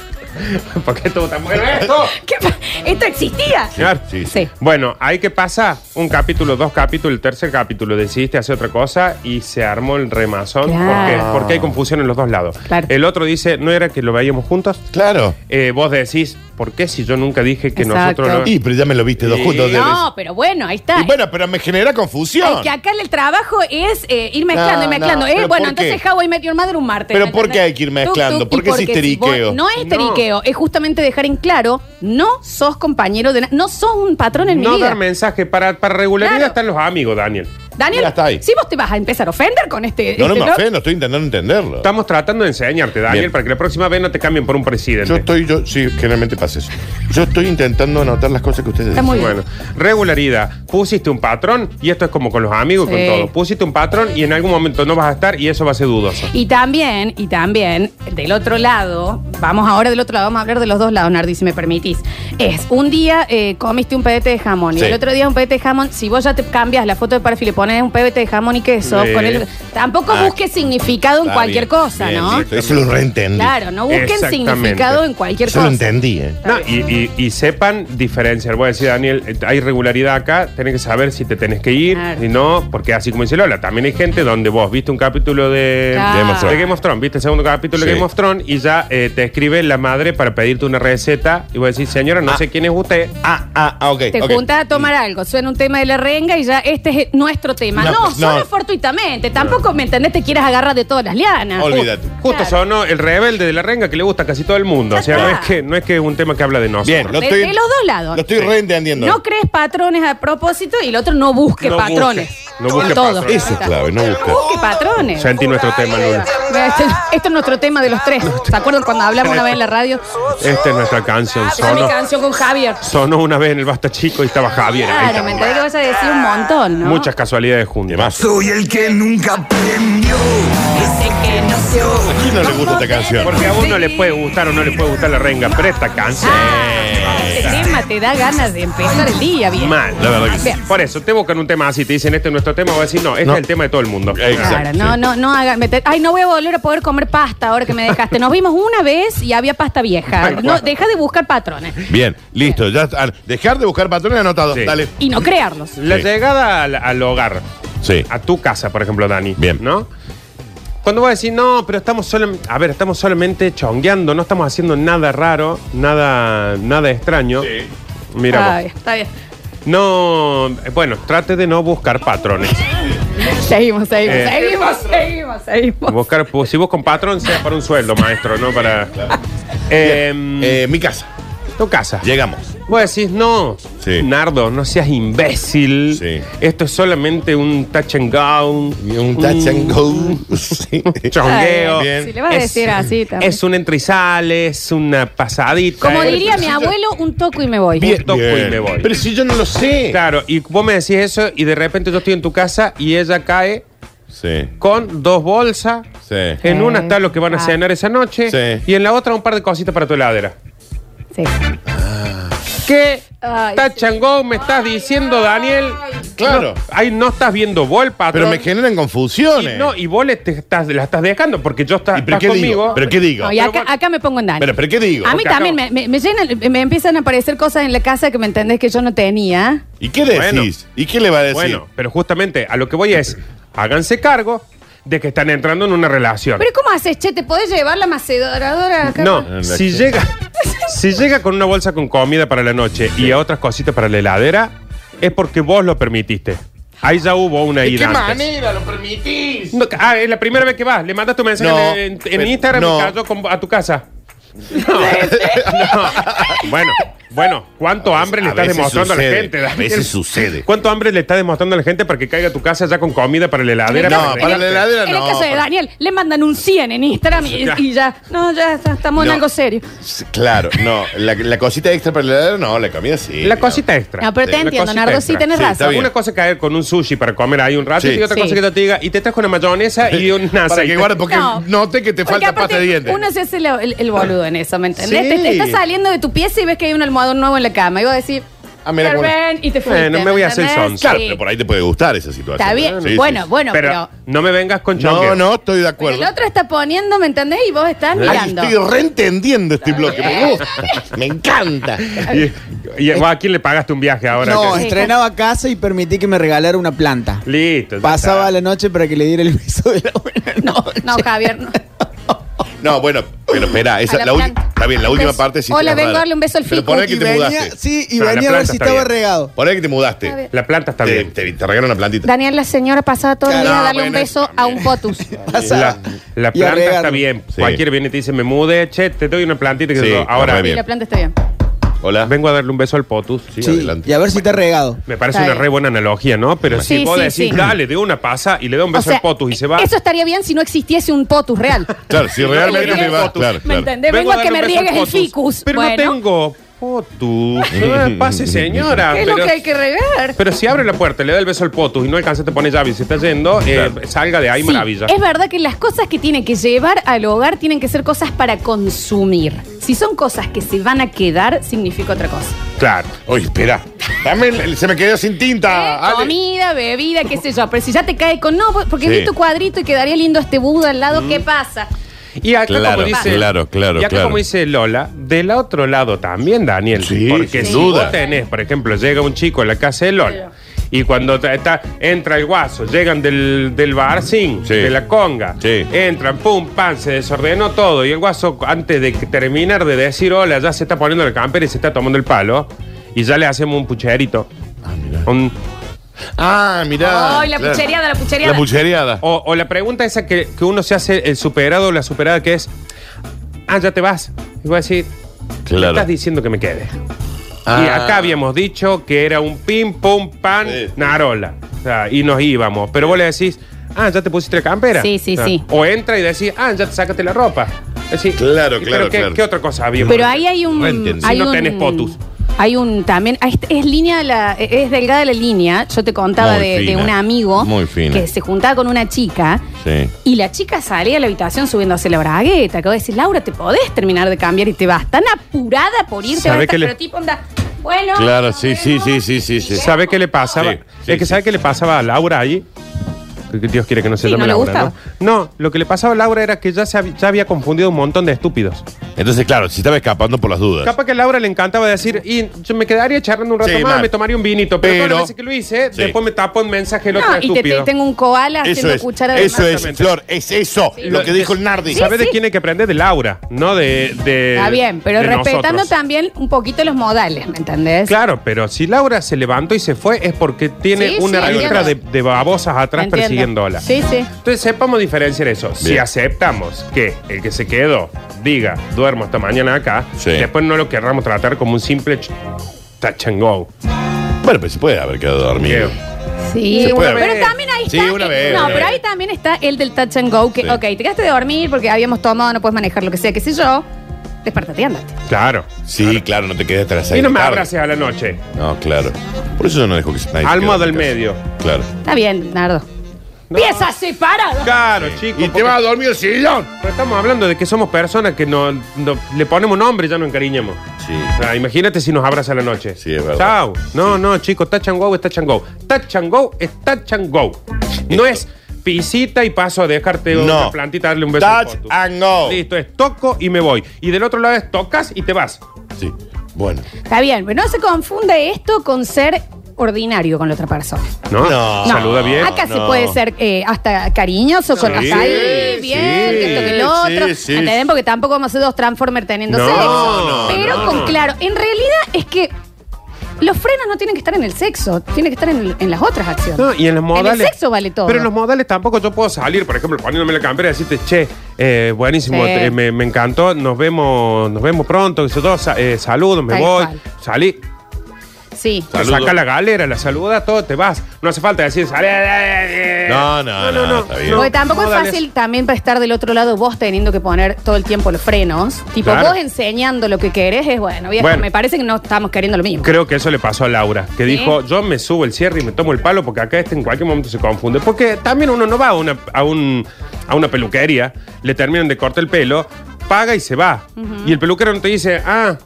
[SPEAKER 2] ¿Por qué estuvo tan bueno esto?
[SPEAKER 1] ¿Qué pa- ¿Esto existía?
[SPEAKER 2] Claro.
[SPEAKER 3] Sí, sí.
[SPEAKER 1] Sí.
[SPEAKER 2] Bueno, hay que pasar un capítulo, dos capítulos, el tercer capítulo decidiste hacer otra cosa y se armó el remazón porque,
[SPEAKER 1] Claro.
[SPEAKER 2] porque hay confusión en los dos lados.
[SPEAKER 1] Claro.
[SPEAKER 2] El otro dice, ¿no era que lo veíamos juntos?
[SPEAKER 3] Claro.
[SPEAKER 2] Eh, vos decís, ¿por qué si yo nunca dije que
[SPEAKER 1] Exacto.
[SPEAKER 2] nosotros
[SPEAKER 3] Y, pero ya me lo viste dos
[SPEAKER 2] Y-
[SPEAKER 3] juntos. debes.
[SPEAKER 1] No, pero bueno, ahí está.
[SPEAKER 3] Y bueno, pero me genera confusión.
[SPEAKER 1] Es que acá el trabajo es eh, ir mezclando
[SPEAKER 3] No,
[SPEAKER 1] y mezclando.
[SPEAKER 3] no,
[SPEAKER 1] Eh,
[SPEAKER 3] pero
[SPEAKER 1] bueno,
[SPEAKER 3] ¿por qué?
[SPEAKER 1] entonces How I Met Your Mother un martes.
[SPEAKER 3] Pero
[SPEAKER 1] ¿me
[SPEAKER 3] ¿por qué
[SPEAKER 1] entendés?
[SPEAKER 3] hay que ir mezclando?
[SPEAKER 1] Tuk, tuk,
[SPEAKER 3] ¿Por
[SPEAKER 1] y
[SPEAKER 3] qué es histeriqueo?
[SPEAKER 1] vos- no es histeriqueo, es justamente dejar en claro, no sos compañero de... na- No sos un patrón en
[SPEAKER 2] no
[SPEAKER 1] mi vida.
[SPEAKER 2] dar mensaje para, para regularidad
[SPEAKER 1] Claro.
[SPEAKER 2] están los amigos, Daniel.
[SPEAKER 1] Daniel,
[SPEAKER 3] Mira, está ahí.
[SPEAKER 1] si vos te vas a empezar a ofender con este...
[SPEAKER 3] no, no
[SPEAKER 1] este
[SPEAKER 3] me
[SPEAKER 1] blog,
[SPEAKER 3] ofendo, estoy intentando entenderlo.
[SPEAKER 2] Estamos tratando de enseñarte, Daniel,
[SPEAKER 3] Bien.
[SPEAKER 2] para que la próxima vez no te cambien por un presidente.
[SPEAKER 3] Yo estoy, yo, sí, generalmente pasa eso. Yo estoy intentando anotar las cosas que ustedes
[SPEAKER 1] Está muy bien.
[SPEAKER 2] Bueno, regularidad. Pusiste un patrón y esto es como con los amigos, y
[SPEAKER 1] Sí.
[SPEAKER 2] con todo. Pusiste un patrón y en algún momento no vas a estar y eso va a ser dudoso.
[SPEAKER 1] Y también, y también, del otro lado, vamos ahora del otro lado, vamos a hablar de los dos lados, Nardi, si me permitís. Es, un día eh, comiste un pedete de jamón
[SPEAKER 3] Sí.
[SPEAKER 1] y el otro día un pedete de jamón, si vos ya te cambias la foto de perfil y le pones un pedete de jamón y queso,
[SPEAKER 2] Sí.
[SPEAKER 1] con el- tampoco
[SPEAKER 3] Ah,
[SPEAKER 1] busques significado en
[SPEAKER 3] Está
[SPEAKER 1] cualquier
[SPEAKER 3] bien,
[SPEAKER 1] cosa,
[SPEAKER 3] bien,
[SPEAKER 1] ¿no?
[SPEAKER 3] listo, Eso lo reentendí.
[SPEAKER 1] Claro, no busquen
[SPEAKER 2] Exactamente.
[SPEAKER 1] significado en cualquier
[SPEAKER 3] Eso
[SPEAKER 1] cosa.
[SPEAKER 3] lo entendí, ¿eh?
[SPEAKER 2] No, y, y- y sepan diferenciar. Voy a decir, Daniel, eh, hay regularidad acá, tenés que saber si te tenés que ir,
[SPEAKER 1] Claro.
[SPEAKER 2] si no, porque así como dice Lola, también hay gente donde vos viste un capítulo de,
[SPEAKER 1] Claro. Game of
[SPEAKER 2] de
[SPEAKER 1] Thrones.
[SPEAKER 2] Game of Thrones, viste el segundo capítulo de
[SPEAKER 3] Sí.
[SPEAKER 2] Game of Thrones y ya eh, te escribe la madre para pedirte una receta y vos decís, señora, no
[SPEAKER 3] Ah.
[SPEAKER 2] sé quién es usted.
[SPEAKER 3] Ah, ah, ah, ok.
[SPEAKER 1] Te
[SPEAKER 3] ok.
[SPEAKER 1] juntas a tomar algo, suena un tema de la renga y ya este es nuestro tema.
[SPEAKER 3] No,
[SPEAKER 1] No,
[SPEAKER 3] no.
[SPEAKER 1] solo fortuitamente. Tampoco, ¿me entendés? Te quieres agarrar de todas las lianas.
[SPEAKER 3] Olvídate.
[SPEAKER 2] Justo
[SPEAKER 1] Claro.
[SPEAKER 2] sonó el rebelde de la renga que le gusta a casi todo el mundo. O sea,
[SPEAKER 1] Ya
[SPEAKER 2] no es
[SPEAKER 1] está.
[SPEAKER 2] que no es que es un tema que habla de nosotros.
[SPEAKER 3] Bien, lo
[SPEAKER 1] De-
[SPEAKER 3] estoy.
[SPEAKER 1] de los dos lados.
[SPEAKER 3] Lo estoy reentendiendo.
[SPEAKER 1] No crees patrones a propósito y el otro no busque
[SPEAKER 2] No
[SPEAKER 1] patrones.
[SPEAKER 2] busque, no busque
[SPEAKER 1] Todo.
[SPEAKER 2] patrones.
[SPEAKER 3] Eso es clave, no busque.
[SPEAKER 1] No busque patrones.
[SPEAKER 2] Sentí nuestro tema, Lola.
[SPEAKER 1] Este- Esto es nuestro tema de los tres. ¿Se acuerdan cuando hablamos una vez en la radio?
[SPEAKER 2] Esta es nuestra canción.
[SPEAKER 1] Esa es mi
[SPEAKER 2] Sonó,
[SPEAKER 1] canción con Javier.
[SPEAKER 2] sonó una vez en el Basta Chico y estaba Javier. ahí
[SPEAKER 1] Claro,
[SPEAKER 2] está.
[SPEAKER 1] me enteré que vas a decir un montón, ¿no?
[SPEAKER 2] Muchas casualidades juntas.
[SPEAKER 3] Demás.
[SPEAKER 5] Soy el que nunca aprendió. Ese que nació.
[SPEAKER 3] ¿A quién no le gusta esta canción?
[SPEAKER 2] Porque a uno le puede gustar o no le puede gustar la renga, pero esta canción.
[SPEAKER 1] Este tema te da ganas de empezar el día bien.
[SPEAKER 2] Mal.
[SPEAKER 3] La verdad que sí.
[SPEAKER 2] Por eso, te buscan un tema así, te dicen este es nuestro tema, voy a decir, no, este
[SPEAKER 3] No.
[SPEAKER 2] es el tema de todo el mundo.
[SPEAKER 3] Exacto.
[SPEAKER 1] Claro, no,
[SPEAKER 3] sí.
[SPEAKER 1] no, no hagan. me te- Ay, no voy a volver a poder comer pasta ahora que me dejaste. Nos vimos una vez y había pasta vieja.
[SPEAKER 2] Tal
[SPEAKER 1] No,
[SPEAKER 2] cual.
[SPEAKER 1] deja de buscar patrones
[SPEAKER 3] Bien, listo. Ya, está. dejar de buscar patrones anotados.
[SPEAKER 2] Sí.
[SPEAKER 3] Dale.
[SPEAKER 1] y no crearlos.
[SPEAKER 2] La
[SPEAKER 3] Sí.
[SPEAKER 2] llegada al, al hogar,
[SPEAKER 3] Sí.
[SPEAKER 2] a tu casa, por ejemplo, Dani.
[SPEAKER 3] Bien.
[SPEAKER 2] ¿No? Cuando vos decís, no, pero estamos solamente, a ver, estamos solamente chongueando, no estamos haciendo nada raro, nada, nada extraño.
[SPEAKER 3] Sí.
[SPEAKER 2] Mira, vos.
[SPEAKER 1] Está bien, está bien.
[SPEAKER 2] No, eh, bueno, trate de no buscar patrones.
[SPEAKER 1] Seguimos, seguimos,
[SPEAKER 2] Eh.
[SPEAKER 1] seguimos, seguimos, seguimos.
[SPEAKER 2] Buscar, pues, si vos con patrón, sea para un sueldo, maestro, no para. Em,
[SPEAKER 3] Eh, mi casa.
[SPEAKER 2] tu casa.
[SPEAKER 3] Llegamos.
[SPEAKER 2] Vos decís, no,
[SPEAKER 3] Sí.
[SPEAKER 2] Nardo, no seas imbécil.
[SPEAKER 3] Sí.
[SPEAKER 2] Esto es solamente un touch and go.
[SPEAKER 3] Y un touch and go. Sí.
[SPEAKER 1] Está
[SPEAKER 2] Chongueo.
[SPEAKER 3] bien.
[SPEAKER 1] Si le vas a
[SPEAKER 2] Es-
[SPEAKER 1] decir así también.
[SPEAKER 2] Es un entra y sale, es una pasadita.
[SPEAKER 1] Como
[SPEAKER 2] es-
[SPEAKER 1] diría mi abuelo, un toco y me voy.
[SPEAKER 2] Bien. Toco y me voy.
[SPEAKER 3] Pero si yo no lo sé.
[SPEAKER 2] Claro, y vos me decís eso y de repente yo estoy en tu casa y ella cae
[SPEAKER 3] Sí.
[SPEAKER 2] con dos bolsas.
[SPEAKER 3] Sí.
[SPEAKER 2] En
[SPEAKER 1] Sí.
[SPEAKER 2] una está lo que van a
[SPEAKER 1] Ah.
[SPEAKER 2] cenar esa noche
[SPEAKER 3] Sí.
[SPEAKER 2] y en la otra un par de cositas para tu heladera.
[SPEAKER 1] Sí.
[SPEAKER 2] ¿Qué
[SPEAKER 1] Ay,
[SPEAKER 2] tachangó me estás diciendo, Daniel?
[SPEAKER 3] Claro.
[SPEAKER 2] No, ahí no estás viendo vos el patrón.
[SPEAKER 3] Pero me generan
[SPEAKER 2] Y
[SPEAKER 3] confusiones.
[SPEAKER 2] no, y vos le te estás, la estás dejando porque yo está,
[SPEAKER 3] ¿Y pero
[SPEAKER 2] estás
[SPEAKER 3] qué digo?
[SPEAKER 2] conmigo.
[SPEAKER 3] ¿Pero qué digo?
[SPEAKER 1] No, y acá, acá me pongo en daño.
[SPEAKER 3] Pero, pero ¿qué digo?
[SPEAKER 1] a mí
[SPEAKER 2] porque
[SPEAKER 1] también
[SPEAKER 2] acá-
[SPEAKER 1] me, me- me llenan- me empiezan a aparecer cosas en la casa que me entendés que yo no tenía.
[SPEAKER 3] ¿Y qué decís?
[SPEAKER 2] Bueno.
[SPEAKER 3] ¿Y qué le va a decir?
[SPEAKER 2] bueno, pero justamente a lo que voy es, háganse cargo de que están entrando en una relación.
[SPEAKER 1] Pero ¿cómo haces, che? ¿Te podés llevar la macedora acá?
[SPEAKER 2] no, si llega, si llega con una bolsa con comida para la noche y otras cositas para la heladera, es porque vos lo permitiste. Ahí ya hubo una ida antes.
[SPEAKER 3] lo permitís?
[SPEAKER 2] No, ah, es la primera vez que vas. Le mandas tu mensaje
[SPEAKER 3] No,
[SPEAKER 2] en, en
[SPEAKER 3] pero-
[SPEAKER 2] Instagram
[SPEAKER 3] no.
[SPEAKER 2] y cayó con- a tu casa. No. No. Bueno, Bueno, ¿cuánto hambre le
[SPEAKER 3] a
[SPEAKER 2] estás
[SPEAKER 3] veces
[SPEAKER 2] demostrando a la
[SPEAKER 3] sucede,
[SPEAKER 2] gente?
[SPEAKER 3] a
[SPEAKER 2] Daniel?
[SPEAKER 3] veces sucede.
[SPEAKER 2] ¿Cuánto hambre le estás demostrando a la gente para que caiga a tu casa ya con comida para la heladera?
[SPEAKER 1] No,
[SPEAKER 2] para el
[SPEAKER 3] para la
[SPEAKER 2] dente?
[SPEAKER 3] heladera
[SPEAKER 1] En el
[SPEAKER 3] no,
[SPEAKER 1] caso de
[SPEAKER 3] para-
[SPEAKER 1] Daniel, le mandan un 100 en Instagram y,
[SPEAKER 2] Ya.
[SPEAKER 1] y ya. No, ya está- estamos en
[SPEAKER 3] No.
[SPEAKER 1] algo serio.
[SPEAKER 3] S- Claro, no. La, la cosita extra para el heladero, no. La comida sí.
[SPEAKER 2] La
[SPEAKER 3] no.
[SPEAKER 2] cosita extra.
[SPEAKER 1] No, pero te
[SPEAKER 2] La
[SPEAKER 1] entiendo,
[SPEAKER 2] cosita
[SPEAKER 1] Nardo, sí
[SPEAKER 2] extra.
[SPEAKER 1] tenés
[SPEAKER 3] Sí, está
[SPEAKER 1] razón.
[SPEAKER 3] bien.
[SPEAKER 2] Una cosa es caer con un sushi para comer ahí un rato
[SPEAKER 3] Sí.
[SPEAKER 2] y otra
[SPEAKER 1] Sí.
[SPEAKER 2] cosa que yo te diga, y te trajo una mayonesa y un
[SPEAKER 3] Para
[SPEAKER 2] aceite.
[SPEAKER 3] que guarde, porque
[SPEAKER 1] No.
[SPEAKER 3] note que te
[SPEAKER 1] Porque
[SPEAKER 3] falta
[SPEAKER 1] aparte,
[SPEAKER 3] pasta de dientes.
[SPEAKER 1] Uno se hace lo- el, el boludo en eso, ¿me entendés?
[SPEAKER 3] Sí.
[SPEAKER 1] Te, te estás saliendo de tu pieza y ves que hay un almohadón nuevo en la cama. Y vos decís,
[SPEAKER 3] Ah, mira cómo-
[SPEAKER 1] "Carmen", y te fuiste.
[SPEAKER 2] Bueno, me voy a hacer
[SPEAKER 1] ¿entendés?
[SPEAKER 2] sonso.
[SPEAKER 3] Claro,
[SPEAKER 1] Sí.
[SPEAKER 3] pero por ahí te puede gustar esa situación. ¿eh?
[SPEAKER 1] Está bien.
[SPEAKER 3] Sí, sí,
[SPEAKER 1] bueno,
[SPEAKER 3] sí.
[SPEAKER 1] bueno,
[SPEAKER 2] pero,
[SPEAKER 1] pero...
[SPEAKER 2] no me vengas con
[SPEAKER 3] No,
[SPEAKER 2] chonqueo.
[SPEAKER 3] no, estoy de
[SPEAKER 1] pero
[SPEAKER 3] acuerdo.
[SPEAKER 1] el otro está poniendo, ¿me entendés? Y vos estás
[SPEAKER 3] Ay,
[SPEAKER 1] mirando.
[SPEAKER 3] estoy reentendiendo este bloque. Me gusta. Me encanta.
[SPEAKER 2] Y, y vos, ¿A quién le pagaste un viaje ahora?
[SPEAKER 6] No,
[SPEAKER 2] Que-
[SPEAKER 6] estrenaba casa y permití que me regalara una planta.
[SPEAKER 2] Listo. ya
[SPEAKER 6] Pasaba
[SPEAKER 2] está.
[SPEAKER 6] la noche para que le diera el beso de la buena noche.
[SPEAKER 1] No, Javier, no.
[SPEAKER 3] No, bueno, pero espera,
[SPEAKER 1] A
[SPEAKER 3] esa,
[SPEAKER 1] la
[SPEAKER 3] la ulti-
[SPEAKER 1] planta.
[SPEAKER 3] está bien, la última
[SPEAKER 1] Beso.
[SPEAKER 3] parte sí.
[SPEAKER 1] Hola,
[SPEAKER 3] está
[SPEAKER 1] vengo a
[SPEAKER 3] rara.
[SPEAKER 1] darle un beso al
[SPEAKER 3] Pero
[SPEAKER 1] fico.
[SPEAKER 3] por ahí que
[SPEAKER 6] Y
[SPEAKER 3] te
[SPEAKER 6] venía,
[SPEAKER 3] mudaste.
[SPEAKER 6] sí, y
[SPEAKER 2] No, la
[SPEAKER 6] venía a ver
[SPEAKER 2] planta
[SPEAKER 6] si
[SPEAKER 2] está
[SPEAKER 6] estaba
[SPEAKER 2] bien.
[SPEAKER 6] regado.
[SPEAKER 3] Por ahí que te
[SPEAKER 1] Está bien.
[SPEAKER 3] mudaste.
[SPEAKER 2] La planta está
[SPEAKER 3] Te,
[SPEAKER 2] bien.
[SPEAKER 3] te, te regalan una plantita.
[SPEAKER 1] Daniel, la señora pasaba todo el día
[SPEAKER 6] Claro,
[SPEAKER 1] a darle un
[SPEAKER 3] bueno,
[SPEAKER 1] beso
[SPEAKER 3] eso
[SPEAKER 1] a
[SPEAKER 3] también.
[SPEAKER 1] un potus.
[SPEAKER 2] La,
[SPEAKER 6] Pasaba.
[SPEAKER 2] la
[SPEAKER 6] y
[SPEAKER 2] planta está
[SPEAKER 6] regarlo.
[SPEAKER 2] bien.
[SPEAKER 3] Sí.
[SPEAKER 2] Cualquiera viene y te dice, me mude, che, te doy una plantita. Que
[SPEAKER 3] Sí,
[SPEAKER 2] yo-
[SPEAKER 3] está
[SPEAKER 2] ahora,
[SPEAKER 3] re
[SPEAKER 1] Y
[SPEAKER 3] bien.
[SPEAKER 1] la planta está bien.
[SPEAKER 3] Hola.
[SPEAKER 2] vengo a darle un beso al potus.
[SPEAKER 3] Sí,
[SPEAKER 6] Sí,
[SPEAKER 3] adelante.
[SPEAKER 6] y a ver si está regado.
[SPEAKER 2] Me parece
[SPEAKER 1] Está
[SPEAKER 2] una
[SPEAKER 1] bien.
[SPEAKER 2] re buena analogía, ¿no? Pero si
[SPEAKER 1] Sí,
[SPEAKER 2] vos
[SPEAKER 1] sí,
[SPEAKER 2] decís,
[SPEAKER 1] sí.
[SPEAKER 2] dale, de una pasa y le da un beso
[SPEAKER 1] O sea,
[SPEAKER 2] al potus y se va.
[SPEAKER 1] Eso estaría bien si no existiese un potus real.
[SPEAKER 3] Claro, si realmente
[SPEAKER 1] Vengo
[SPEAKER 3] te
[SPEAKER 1] a
[SPEAKER 3] va. Claro,
[SPEAKER 1] ¿Me
[SPEAKER 3] claro.
[SPEAKER 1] entendés? Vengo, a que
[SPEAKER 2] darle
[SPEAKER 1] me
[SPEAKER 2] un beso al
[SPEAKER 1] riegues el
[SPEAKER 2] potus.
[SPEAKER 1] ficus.
[SPEAKER 2] Pero
[SPEAKER 1] bueno,
[SPEAKER 2] no tengo potus. Eh, Pase, señora.
[SPEAKER 1] ¿qué es lo
[SPEAKER 2] pero-
[SPEAKER 1] que hay que regar?
[SPEAKER 2] Pero si abre la puerta, le da el beso al potus y no alcanza a poner llave y se está yendo, eh, salga de ahí,
[SPEAKER 1] Sí,
[SPEAKER 2] maravilla.
[SPEAKER 1] es verdad que las cosas que tiene que llevar al hogar tienen que ser cosas para consumir. Si son cosas que se van a quedar, significa otra cosa.
[SPEAKER 2] Claro.
[SPEAKER 3] Oye, espera. Dame, el- se me quedó sin tinta.
[SPEAKER 1] Eh,
[SPEAKER 3] Ale.
[SPEAKER 1] Comida, bebida, qué sé yo. Pero si ya te cae con no, porque
[SPEAKER 3] Sí. Mm.
[SPEAKER 1] vi tu cuadrito y quedaría lindo este Buda al lado, ¿qué pasa?
[SPEAKER 2] Y acá,
[SPEAKER 3] Claro,
[SPEAKER 2] como dice,
[SPEAKER 3] claro, claro,
[SPEAKER 2] y acá
[SPEAKER 3] claro.
[SPEAKER 2] como dice Lola, del otro lado también, Daniel.
[SPEAKER 3] Sí,
[SPEAKER 2] porque
[SPEAKER 3] sin
[SPEAKER 2] si
[SPEAKER 3] duda.
[SPEAKER 2] vos tenés, por ejemplo, llega un chico a la casa de Lola. Y cuando ta- está, entra el guaso, llegan del, del bar sin,
[SPEAKER 3] Sí.
[SPEAKER 2] de la conga,
[SPEAKER 3] Sí.
[SPEAKER 2] entran, pum, pan, se desordenó todo. Y el guaso, antes de que terminar de decir hola, ya se está poniendo el camper y se está tomando el palo. Y ya le hacemos un pucherito. Un-
[SPEAKER 3] Ah, mirá.
[SPEAKER 1] Ay, la
[SPEAKER 3] Claro. Oh,
[SPEAKER 1] pucheriada, la pucheriada.
[SPEAKER 3] La pucheriada.
[SPEAKER 2] o, o la pregunta esa que, que uno se hace, el superado o la superada, que es, ah, ya te vas. Y voy a decir, Me
[SPEAKER 3] Claro.
[SPEAKER 2] estás diciendo que me quede. Y
[SPEAKER 3] Ah.
[SPEAKER 2] acá habíamos dicho que era un pim, pum, pan,
[SPEAKER 3] Sí.
[SPEAKER 2] narola. O sea, y nos íbamos. Pero vos le decís, ah, ya te pusiste la campera.
[SPEAKER 1] Sí, sí,
[SPEAKER 2] o sea,
[SPEAKER 1] sí.
[SPEAKER 2] O entra y decís, ah, ya te sacaste la ropa. Es decir,
[SPEAKER 3] Claro,
[SPEAKER 2] ¿y
[SPEAKER 3] claro,
[SPEAKER 2] pero qué,
[SPEAKER 3] claro.
[SPEAKER 2] ¿Qué otra cosa habíamos?
[SPEAKER 1] Pero ahí hay un.
[SPEAKER 3] No entiendo.
[SPEAKER 1] hay
[SPEAKER 2] Si no
[SPEAKER 1] un-
[SPEAKER 2] tenés potus.
[SPEAKER 1] Hay un también. ah, Es, es línea la, es delgada la línea. Yo te contaba
[SPEAKER 3] Muy
[SPEAKER 1] de, de
[SPEAKER 3] fina,
[SPEAKER 1] un amigo
[SPEAKER 3] muy fina.
[SPEAKER 1] que se juntaba con una chica.
[SPEAKER 3] Sí.
[SPEAKER 1] Y la chica salía a la habitación subiéndose la bragueta. Acabo de decir, Laura, te podés terminar de cambiar y te vas. Tan apurada por irte a
[SPEAKER 2] ¿Sabe
[SPEAKER 1] ver
[SPEAKER 2] que le-
[SPEAKER 1] pero tipo onda. Bueno.
[SPEAKER 3] Claro,
[SPEAKER 1] nos
[SPEAKER 3] sí, sí,
[SPEAKER 1] vemos".
[SPEAKER 3] sí, sí, sí, sí.
[SPEAKER 2] ¿Sabe qué le pasaba?
[SPEAKER 3] Sí, sí,
[SPEAKER 2] es que
[SPEAKER 3] sí.
[SPEAKER 2] ¿sabe qué le pasaba a Laura ahí? Que- que Dios quiere que no se
[SPEAKER 1] Sí,
[SPEAKER 2] llame
[SPEAKER 1] no le
[SPEAKER 2] Laura,
[SPEAKER 1] gustaba.
[SPEAKER 2] ¿no? No, lo que le pasaba a Laura era que ya, se hab- ya había confundido un montón de estúpidos.
[SPEAKER 3] Entonces, claro, si estaba escapando por las dudas.
[SPEAKER 2] Capaz que a Laura le encantaba decir, y yo me quedaría charlando un rato
[SPEAKER 3] Sí,
[SPEAKER 2] más,
[SPEAKER 3] mal.
[SPEAKER 2] me tomaría un vinito, pero, todas
[SPEAKER 3] Pero-
[SPEAKER 2] las veces que lo hice,
[SPEAKER 3] Sí.
[SPEAKER 2] después me tapó un mensaje el
[SPEAKER 1] No,
[SPEAKER 2] otro
[SPEAKER 1] y te,
[SPEAKER 2] estúpido.
[SPEAKER 1] te- tengo un koala
[SPEAKER 3] Eso
[SPEAKER 1] haciendo
[SPEAKER 3] es,
[SPEAKER 1] cuchara de
[SPEAKER 3] eso
[SPEAKER 1] mano.
[SPEAKER 3] es, Flor, es eso, lo que dijo el Nardi.
[SPEAKER 2] ¿Sabes de quién hay que aprender? De Laura, no de. de-
[SPEAKER 1] Está bien, pero
[SPEAKER 2] de
[SPEAKER 1] respetando
[SPEAKER 2] nosotros.
[SPEAKER 1] también un poquito los modales, ¿me entendés?
[SPEAKER 2] Claro, pero si Laura se levantó y se fue es porque tiene
[SPEAKER 1] Sí,
[SPEAKER 2] una
[SPEAKER 1] sí,
[SPEAKER 2] ristra de,
[SPEAKER 1] entiendo.
[SPEAKER 2] de babosas atrás
[SPEAKER 1] Entiendo.
[SPEAKER 2] persiguiéndola.
[SPEAKER 1] Sí, sí.
[SPEAKER 2] Entonces sepamos diferenciar eso. Si
[SPEAKER 3] Bien.
[SPEAKER 2] aceptamos que el que se quedó diga, duermo hasta mañana acá,
[SPEAKER 3] Sí.
[SPEAKER 2] después no lo querramos tratar como un simple ch- touch and go.
[SPEAKER 3] Bueno, pero se puede haber quedado dormido.
[SPEAKER 2] Creo.
[SPEAKER 1] Sí,
[SPEAKER 3] Se puede.
[SPEAKER 1] pero también ahí
[SPEAKER 3] Sí,
[SPEAKER 1] está.
[SPEAKER 3] una
[SPEAKER 1] el-
[SPEAKER 3] vez,
[SPEAKER 1] no,
[SPEAKER 3] una
[SPEAKER 1] pero
[SPEAKER 3] vez.
[SPEAKER 1] ahí también está el del touch and go, que,
[SPEAKER 3] Sí.
[SPEAKER 1] ok, te quedaste de dormir porque habíamos tomado, no puedes manejar lo que sea, qué sé yo. Despertate y andate.
[SPEAKER 2] Claro.
[SPEAKER 3] Sí, claro, no te quedes hasta las seis
[SPEAKER 2] Y no
[SPEAKER 3] de
[SPEAKER 2] me
[SPEAKER 3] la tarde.
[SPEAKER 2] abraces a la noche.
[SPEAKER 3] No, claro. Por eso yo no dejo que nadie se
[SPEAKER 2] Alma
[SPEAKER 3] quede
[SPEAKER 2] del
[SPEAKER 3] en mi casa.
[SPEAKER 2] medio.
[SPEAKER 3] Claro.
[SPEAKER 1] Está bien, Nardo. ¡Pieza separada!
[SPEAKER 2] Claro, chicos.
[SPEAKER 3] Y te vas a dormir el sillón.
[SPEAKER 2] Pero estamos hablando de que somos personas que no, no- le ponemos nombre y ya nos encariñamos.
[SPEAKER 3] Sí.
[SPEAKER 2] O sea, imagínate si nos abraza a la noche.
[SPEAKER 3] Sí, es verdad.
[SPEAKER 2] Chau. No, no, chicos, touch and go es touch and go. Touch and go es touch and go. No es pisita y paso a dejarte una
[SPEAKER 3] No.
[SPEAKER 2] plantita, darle un beso. al
[SPEAKER 3] Touch
[SPEAKER 2] potu.
[SPEAKER 3] and go.
[SPEAKER 2] Listo, es toco y me voy. Y del otro lado es tocas y te vas.
[SPEAKER 3] Sí. Bueno.
[SPEAKER 1] Está bien, pero no se confunda esto con ser ordinario con la otra persona.
[SPEAKER 2] ¿No?
[SPEAKER 3] No.
[SPEAKER 2] Saluda bien.
[SPEAKER 1] Acá se
[SPEAKER 3] no.
[SPEAKER 1] puede ser eh, hasta cariñoso con
[SPEAKER 2] Sí,
[SPEAKER 1] hasta ahí, bien,
[SPEAKER 3] sí,
[SPEAKER 1] que esto que lo
[SPEAKER 3] sí,
[SPEAKER 1] otro.
[SPEAKER 3] sí.
[SPEAKER 1] ¿Entendés? Porque tampoco vamos a hacer dos Transformers teniendo
[SPEAKER 2] No,
[SPEAKER 1] sexo.
[SPEAKER 2] no,
[SPEAKER 1] pero
[SPEAKER 2] no,
[SPEAKER 1] con
[SPEAKER 2] no.
[SPEAKER 1] claro, en realidad es que Los frenos no tienen que estar en el sexo, tiene que estar en, el- en las otras acciones.
[SPEAKER 2] No, y en los modales.
[SPEAKER 1] En el sexo vale todo.
[SPEAKER 2] Pero en los modales tampoco yo puedo salir, por ejemplo, poniéndome la campera y decirte, che, eh, buenísimo,
[SPEAKER 1] Sí.
[SPEAKER 2] te- me, me encantó, nos vemos, nos vemos pronto, que todo, sa- eh, saludos, me
[SPEAKER 1] Tal
[SPEAKER 2] voy.
[SPEAKER 1] cual.
[SPEAKER 2] Salí,
[SPEAKER 1] Sí.
[SPEAKER 2] te
[SPEAKER 3] Saludo.
[SPEAKER 2] saca la galera, la saluda, todo, te vas. No hace falta decir, salí. eh, eh,
[SPEAKER 3] No, no, no, está bien.
[SPEAKER 1] Porque tampoco es
[SPEAKER 2] modales.
[SPEAKER 1] fácil también para estar del otro lado vos teniendo que poner todo el tiempo los frenos. Tipo,
[SPEAKER 2] Claro.
[SPEAKER 1] vos enseñando lo que querés es bueno, viejo,
[SPEAKER 2] Bueno.
[SPEAKER 1] me parece que no estamos queriendo lo mismo.
[SPEAKER 2] Creo que eso le pasó a Laura, que dijo, yo me subo el cierre y me tomo el palo porque acá este en cualquier momento se confunde. Porque también uno no va a una, a un- a una peluquería, le terminan de cortar el pelo, paga y se va. Y el peluquero no te dice, ah,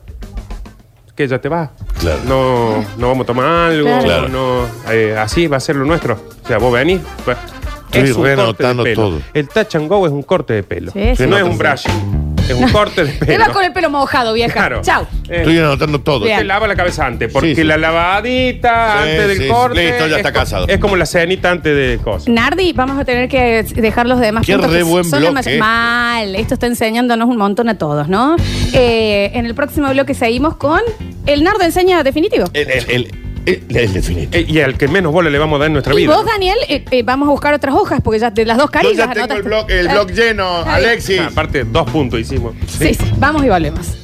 [SPEAKER 2] que ya te va.
[SPEAKER 3] Claro.
[SPEAKER 2] No, no vamos a tomar algo,
[SPEAKER 3] Claro.
[SPEAKER 2] no, eh, así va a ser lo nuestro. O sea, vos venís. pues,
[SPEAKER 3] Estoy
[SPEAKER 2] es un
[SPEAKER 3] renotando
[SPEAKER 2] corte de pelo.
[SPEAKER 3] todo.
[SPEAKER 2] El touch and go es un corte de pelo.
[SPEAKER 1] Sí,
[SPEAKER 2] que
[SPEAKER 1] sí.
[SPEAKER 2] no es un brush, es un corte de
[SPEAKER 1] Te
[SPEAKER 2] pelo.
[SPEAKER 1] vas con el pelo mojado, vieja.
[SPEAKER 2] Claro.
[SPEAKER 1] Chau.
[SPEAKER 2] Eh,
[SPEAKER 3] Estoy anotando todo.
[SPEAKER 1] Bien.
[SPEAKER 2] te lava la cabeza antes, porque
[SPEAKER 3] Sí, sí.
[SPEAKER 2] la lavadita
[SPEAKER 3] Sí,
[SPEAKER 2] antes del
[SPEAKER 3] sí, sí.
[SPEAKER 2] corte.
[SPEAKER 3] Listo, ya
[SPEAKER 2] es
[SPEAKER 3] está
[SPEAKER 2] co-
[SPEAKER 3] casado.
[SPEAKER 2] Es como la cenita antes de cosas.
[SPEAKER 1] Nardi, vamos a tener que dejar los demás
[SPEAKER 3] Qué
[SPEAKER 1] puntos
[SPEAKER 3] re
[SPEAKER 1] que
[SPEAKER 3] buen
[SPEAKER 1] son demasiado-
[SPEAKER 3] bloque.
[SPEAKER 1] mal. Esto está enseñándonos un montón a todos, ¿no? Eh, en el próximo bloque seguimos con el Nardo enseña definitivo.
[SPEAKER 3] El, el, el, el- el definitivo.
[SPEAKER 2] Eh, y al que menos bola le vamos a dar en nuestra
[SPEAKER 1] y
[SPEAKER 2] vida.
[SPEAKER 1] vos,
[SPEAKER 2] ¿no?
[SPEAKER 1] Daniel, eh, eh, vamos a buscar otras hojas porque ya de las dos
[SPEAKER 3] Yo
[SPEAKER 1] carillas
[SPEAKER 3] ya tengo el
[SPEAKER 1] anotaste.
[SPEAKER 3] blog, el
[SPEAKER 1] Ah,
[SPEAKER 3] blog lleno,
[SPEAKER 1] está bien.
[SPEAKER 3] Alexis.
[SPEAKER 2] Ah, aparte, dos puntos hicimos.
[SPEAKER 1] Sí, sí, vamos y volvemos.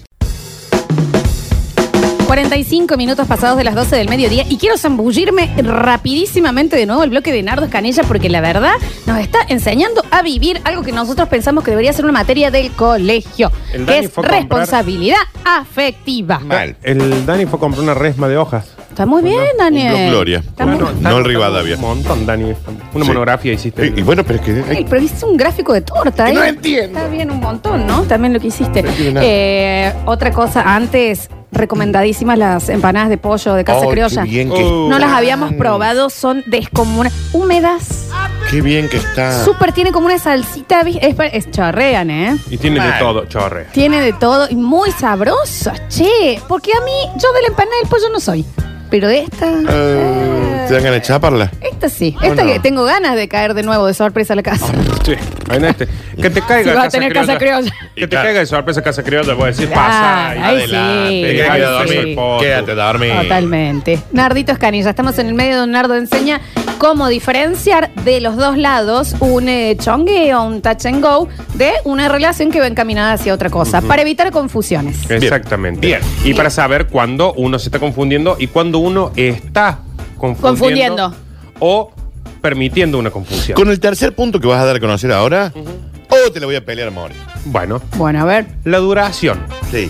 [SPEAKER 1] 45 minutos pasados de las 12 del mediodía y quiero zambullirme rapidísimamente de nuevo el bloque de Nardo Escanilla porque la verdad nos está enseñando a vivir algo que nosotros pensamos que debería ser una materia del colegio,
[SPEAKER 2] El
[SPEAKER 1] que
[SPEAKER 2] Dani
[SPEAKER 1] es
[SPEAKER 2] fue a comprar-
[SPEAKER 1] responsabilidad afectiva.
[SPEAKER 3] Mal.
[SPEAKER 2] Ah, El Dani fue a comprar una resma de hojas.
[SPEAKER 1] Está muy bien,
[SPEAKER 3] Un
[SPEAKER 1] Daniel.
[SPEAKER 3] blog Gloria.
[SPEAKER 1] Está muy
[SPEAKER 3] no el Rivadavia.
[SPEAKER 2] Un montón, Dani. Una
[SPEAKER 3] Sí.
[SPEAKER 2] monografía hiciste.
[SPEAKER 3] Eh, Y, y bueno, pero es que.
[SPEAKER 1] Ay, pero hiciste un gráfico de torta,
[SPEAKER 3] Que
[SPEAKER 1] ¿eh?
[SPEAKER 3] no entiendo.
[SPEAKER 1] Está bien un montón, ¿no? También lo que hiciste.
[SPEAKER 3] No entiendo nada.
[SPEAKER 1] Eh, otra cosa, antes, recomendadísimas las empanadas de pollo de Casa
[SPEAKER 3] Oh,
[SPEAKER 1] Criolla.
[SPEAKER 3] Qué bien que,
[SPEAKER 2] Oh.
[SPEAKER 1] No las habíamos probado, son descomunas. Húmedas,
[SPEAKER 3] qué bien que está.
[SPEAKER 1] súper, tiene como una salsita, ¿viste? es, pa- es- chorrean, ¿eh?
[SPEAKER 2] Y tiene de
[SPEAKER 3] Mal.
[SPEAKER 2] todo, chorre.
[SPEAKER 1] Tiene de todo y muy sabrosas, che. Porque a mí, yo de la empanada del pollo no soy. Pero de esta.
[SPEAKER 3] Eh,
[SPEAKER 1] eh,
[SPEAKER 3] ¿Te dan ganas de chaparla?
[SPEAKER 1] esta sí. Esta
[SPEAKER 3] Ah, no?
[SPEAKER 1] que tengo ganas de caer de nuevo de sorpresa a la casa.
[SPEAKER 2] Sí, en este. Que te
[SPEAKER 1] Si
[SPEAKER 2] caiga
[SPEAKER 1] vas a tener casa criolla.
[SPEAKER 2] Que te caiga de sorpresa casa criolla, voy a decir, pasa.
[SPEAKER 1] Ah,
[SPEAKER 2] y
[SPEAKER 1] ahí
[SPEAKER 2] adelante,
[SPEAKER 1] sí.
[SPEAKER 2] que
[SPEAKER 1] Ahí
[SPEAKER 2] caiga de
[SPEAKER 1] sí.
[SPEAKER 2] dormir, poto.
[SPEAKER 3] Quédate dormido.
[SPEAKER 1] Totalmente. Nardito Escanilla, estamos en el medio de un Nardo enseña cómo diferenciar de los dos lados un eh, chongueo, un touch and go, de una relación que va encaminada hacia otra cosa, para evitar confusiones.
[SPEAKER 2] Exactamente.
[SPEAKER 3] Bien.
[SPEAKER 2] Y para saber cuándo uno se está confundiendo y cuándo uno está confundiendo.
[SPEAKER 1] Confundiendo.
[SPEAKER 2] O permitiendo una confusión.
[SPEAKER 3] Con el tercer punto que vas a dar a conocer ahora, o te la voy a pelear, amor.
[SPEAKER 2] Bueno,
[SPEAKER 1] Bueno, a ver.
[SPEAKER 2] la duración.
[SPEAKER 3] Sí.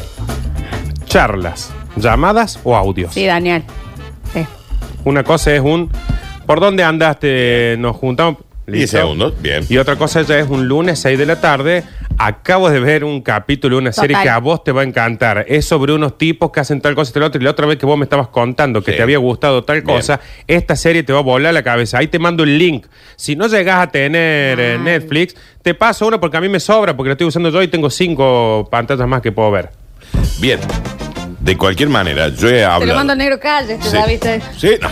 [SPEAKER 2] Charlas, llamadas o audios.
[SPEAKER 1] Sí, Daniel. Sí.
[SPEAKER 2] Una cosa es un ¿por dónde andaste? Nos juntamos.
[SPEAKER 3] 10
[SPEAKER 2] Listo.
[SPEAKER 3] segundos, bien.
[SPEAKER 2] Y otra cosa ya es un lunes 6 de la tarde. Acabo de ver un capítulo, una serie
[SPEAKER 1] Total.
[SPEAKER 2] que a vos te va a encantar. Es sobre unos tipos que hacen tal cosa y tal otra. Y la otra vez que vos me estabas contando que
[SPEAKER 3] Sí.
[SPEAKER 2] te había gustado tal
[SPEAKER 3] Bien.
[SPEAKER 2] cosa, esta serie te va a volar la cabeza. Ahí te mando el link. Si no llegas a tener eh, Netflix, te paso uno porque a mí me sobra, porque lo estoy usando yo y tengo cinco pantallas más que puedo ver.
[SPEAKER 3] Bien. De cualquier manera, yo he hablado.
[SPEAKER 1] Te lo mando al negro calle, este,
[SPEAKER 3] Sí.
[SPEAKER 1] ya viste. Ah,
[SPEAKER 3] Sí, no.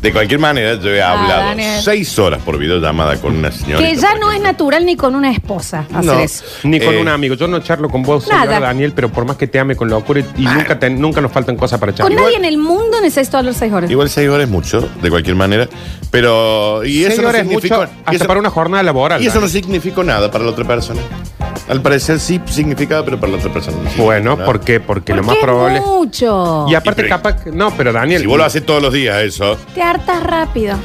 [SPEAKER 3] De cualquier manera, yo he hablado
[SPEAKER 1] Daniel.
[SPEAKER 3] seis horas por videollamada con una señora.
[SPEAKER 1] Que ya no es natural ni con una esposa hacer
[SPEAKER 3] No.
[SPEAKER 1] eso.
[SPEAKER 2] Ni con
[SPEAKER 3] Eh,
[SPEAKER 2] un amigo. Yo no charlo con vos, señor
[SPEAKER 1] Nada.
[SPEAKER 2] Daniel, pero por más que te ame con locura y, y nunca, te- nunca nos faltan cosas para
[SPEAKER 1] Con
[SPEAKER 2] charlar.
[SPEAKER 1] nadie en el mundo necesito hablar seis horas.
[SPEAKER 3] Igual seis horas es mucho, de cualquier manera. Pero. Y eso
[SPEAKER 2] Seis
[SPEAKER 3] no
[SPEAKER 2] horas es
[SPEAKER 3] significa-
[SPEAKER 2] mucho,
[SPEAKER 3] y
[SPEAKER 2] hasta
[SPEAKER 3] eso-
[SPEAKER 2] para una jornada laboral.
[SPEAKER 3] Y eso no
[SPEAKER 2] Dani.
[SPEAKER 3] significó nada para la otra persona. Al parecer sí significaba, pero para la otra persona no.
[SPEAKER 2] Bueno,
[SPEAKER 3] significó nada.
[SPEAKER 2] ¿por qué? Porque lo
[SPEAKER 1] Porque
[SPEAKER 2] más
[SPEAKER 1] es
[SPEAKER 2] probable.
[SPEAKER 1] mucho.
[SPEAKER 2] Y aparte,
[SPEAKER 3] Y pero-
[SPEAKER 2] capaz. que- No, pero Daniel.
[SPEAKER 3] Si vos lo haces todos los días, eso.
[SPEAKER 1] Te hartas rápido.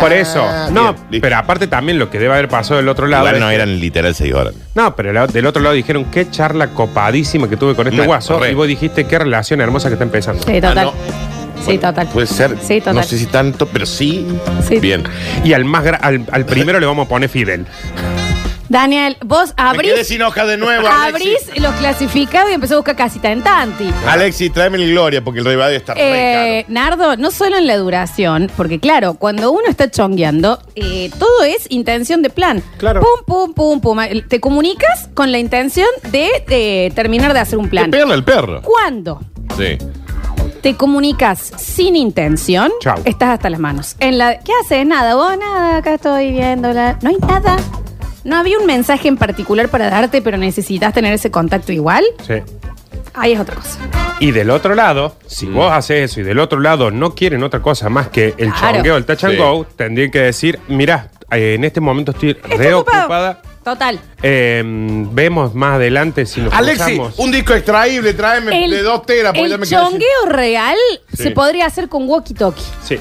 [SPEAKER 2] Por eso.
[SPEAKER 3] Ah,
[SPEAKER 2] no,
[SPEAKER 3] bien, listo.
[SPEAKER 2] pero aparte también lo que debe haber pasado del otro lado.
[SPEAKER 3] Igual
[SPEAKER 2] es
[SPEAKER 3] no
[SPEAKER 2] que-
[SPEAKER 3] eran literal seis horas.
[SPEAKER 2] No, pero la- del otro lado dijeron qué charla copadísima que tuve con este
[SPEAKER 3] Bueno,
[SPEAKER 2] guaso.
[SPEAKER 3] correcto.
[SPEAKER 2] Y vos dijiste qué relación hermosa que está empezando.
[SPEAKER 1] Sí, total.
[SPEAKER 3] Ah, no.
[SPEAKER 1] Sí, total.
[SPEAKER 3] Puede ser.
[SPEAKER 1] Sí, total.
[SPEAKER 3] No sé si tanto, pero sí.
[SPEAKER 1] Sí.
[SPEAKER 3] Bien.
[SPEAKER 2] Y al más gra- al, al primero le vamos a poner Fidel.
[SPEAKER 1] Daniel, vos
[SPEAKER 3] Me quedé
[SPEAKER 1] abrís,
[SPEAKER 3] sin hoja de nuevo.
[SPEAKER 1] abrís
[SPEAKER 3] Alexis.
[SPEAKER 1] los clasificados y empezás a buscar casita en Tanti.
[SPEAKER 3] Alexis, tráeme el Gloria porque el Rivadavia está
[SPEAKER 1] Eh,
[SPEAKER 3] re
[SPEAKER 1] Nardo, no solo en la duración, porque claro, cuando uno está chongueando, eh, todo es intención de plan.
[SPEAKER 2] Claro.
[SPEAKER 1] Pum, pum, pum, pum. Te comunicas con la intención de, eh, terminar de hacer un
[SPEAKER 3] caro.
[SPEAKER 1] plan.
[SPEAKER 3] Te pega el perro.
[SPEAKER 1] ¿Cuándo
[SPEAKER 3] Sí.
[SPEAKER 1] te comunicas sin intención?
[SPEAKER 2] Chau.
[SPEAKER 1] Estás hasta las manos. En la, ¿Qué haces? Nada, vos nada, acá estoy viéndola. No hay nada. No había un mensaje en particular para darte, pero necesitas tener ese contacto igual.
[SPEAKER 2] Sí.
[SPEAKER 1] ahí es otra cosa.
[SPEAKER 2] Y del otro lado,
[SPEAKER 3] Mm.
[SPEAKER 2] si vos haces eso y del otro lado no quieren otra cosa más que el
[SPEAKER 1] Claro.
[SPEAKER 2] chongueo, el touch and
[SPEAKER 3] Sí.
[SPEAKER 2] go, tendrían que decir, mirá, eh, en este momento estoy
[SPEAKER 1] Está ocupado.
[SPEAKER 2] reocupada.
[SPEAKER 1] Total.
[SPEAKER 2] eh, vemos más adelante si nos
[SPEAKER 3] Alexi,
[SPEAKER 2] cruzamos".
[SPEAKER 3] un disco extraíble, tráeme
[SPEAKER 1] El,
[SPEAKER 3] de dos teras, porque pues, ya
[SPEAKER 1] el
[SPEAKER 3] me quedé sin-
[SPEAKER 1] chongueo real
[SPEAKER 2] Sí.
[SPEAKER 1] se podría hacer con walkie-talkie.
[SPEAKER 2] Sí.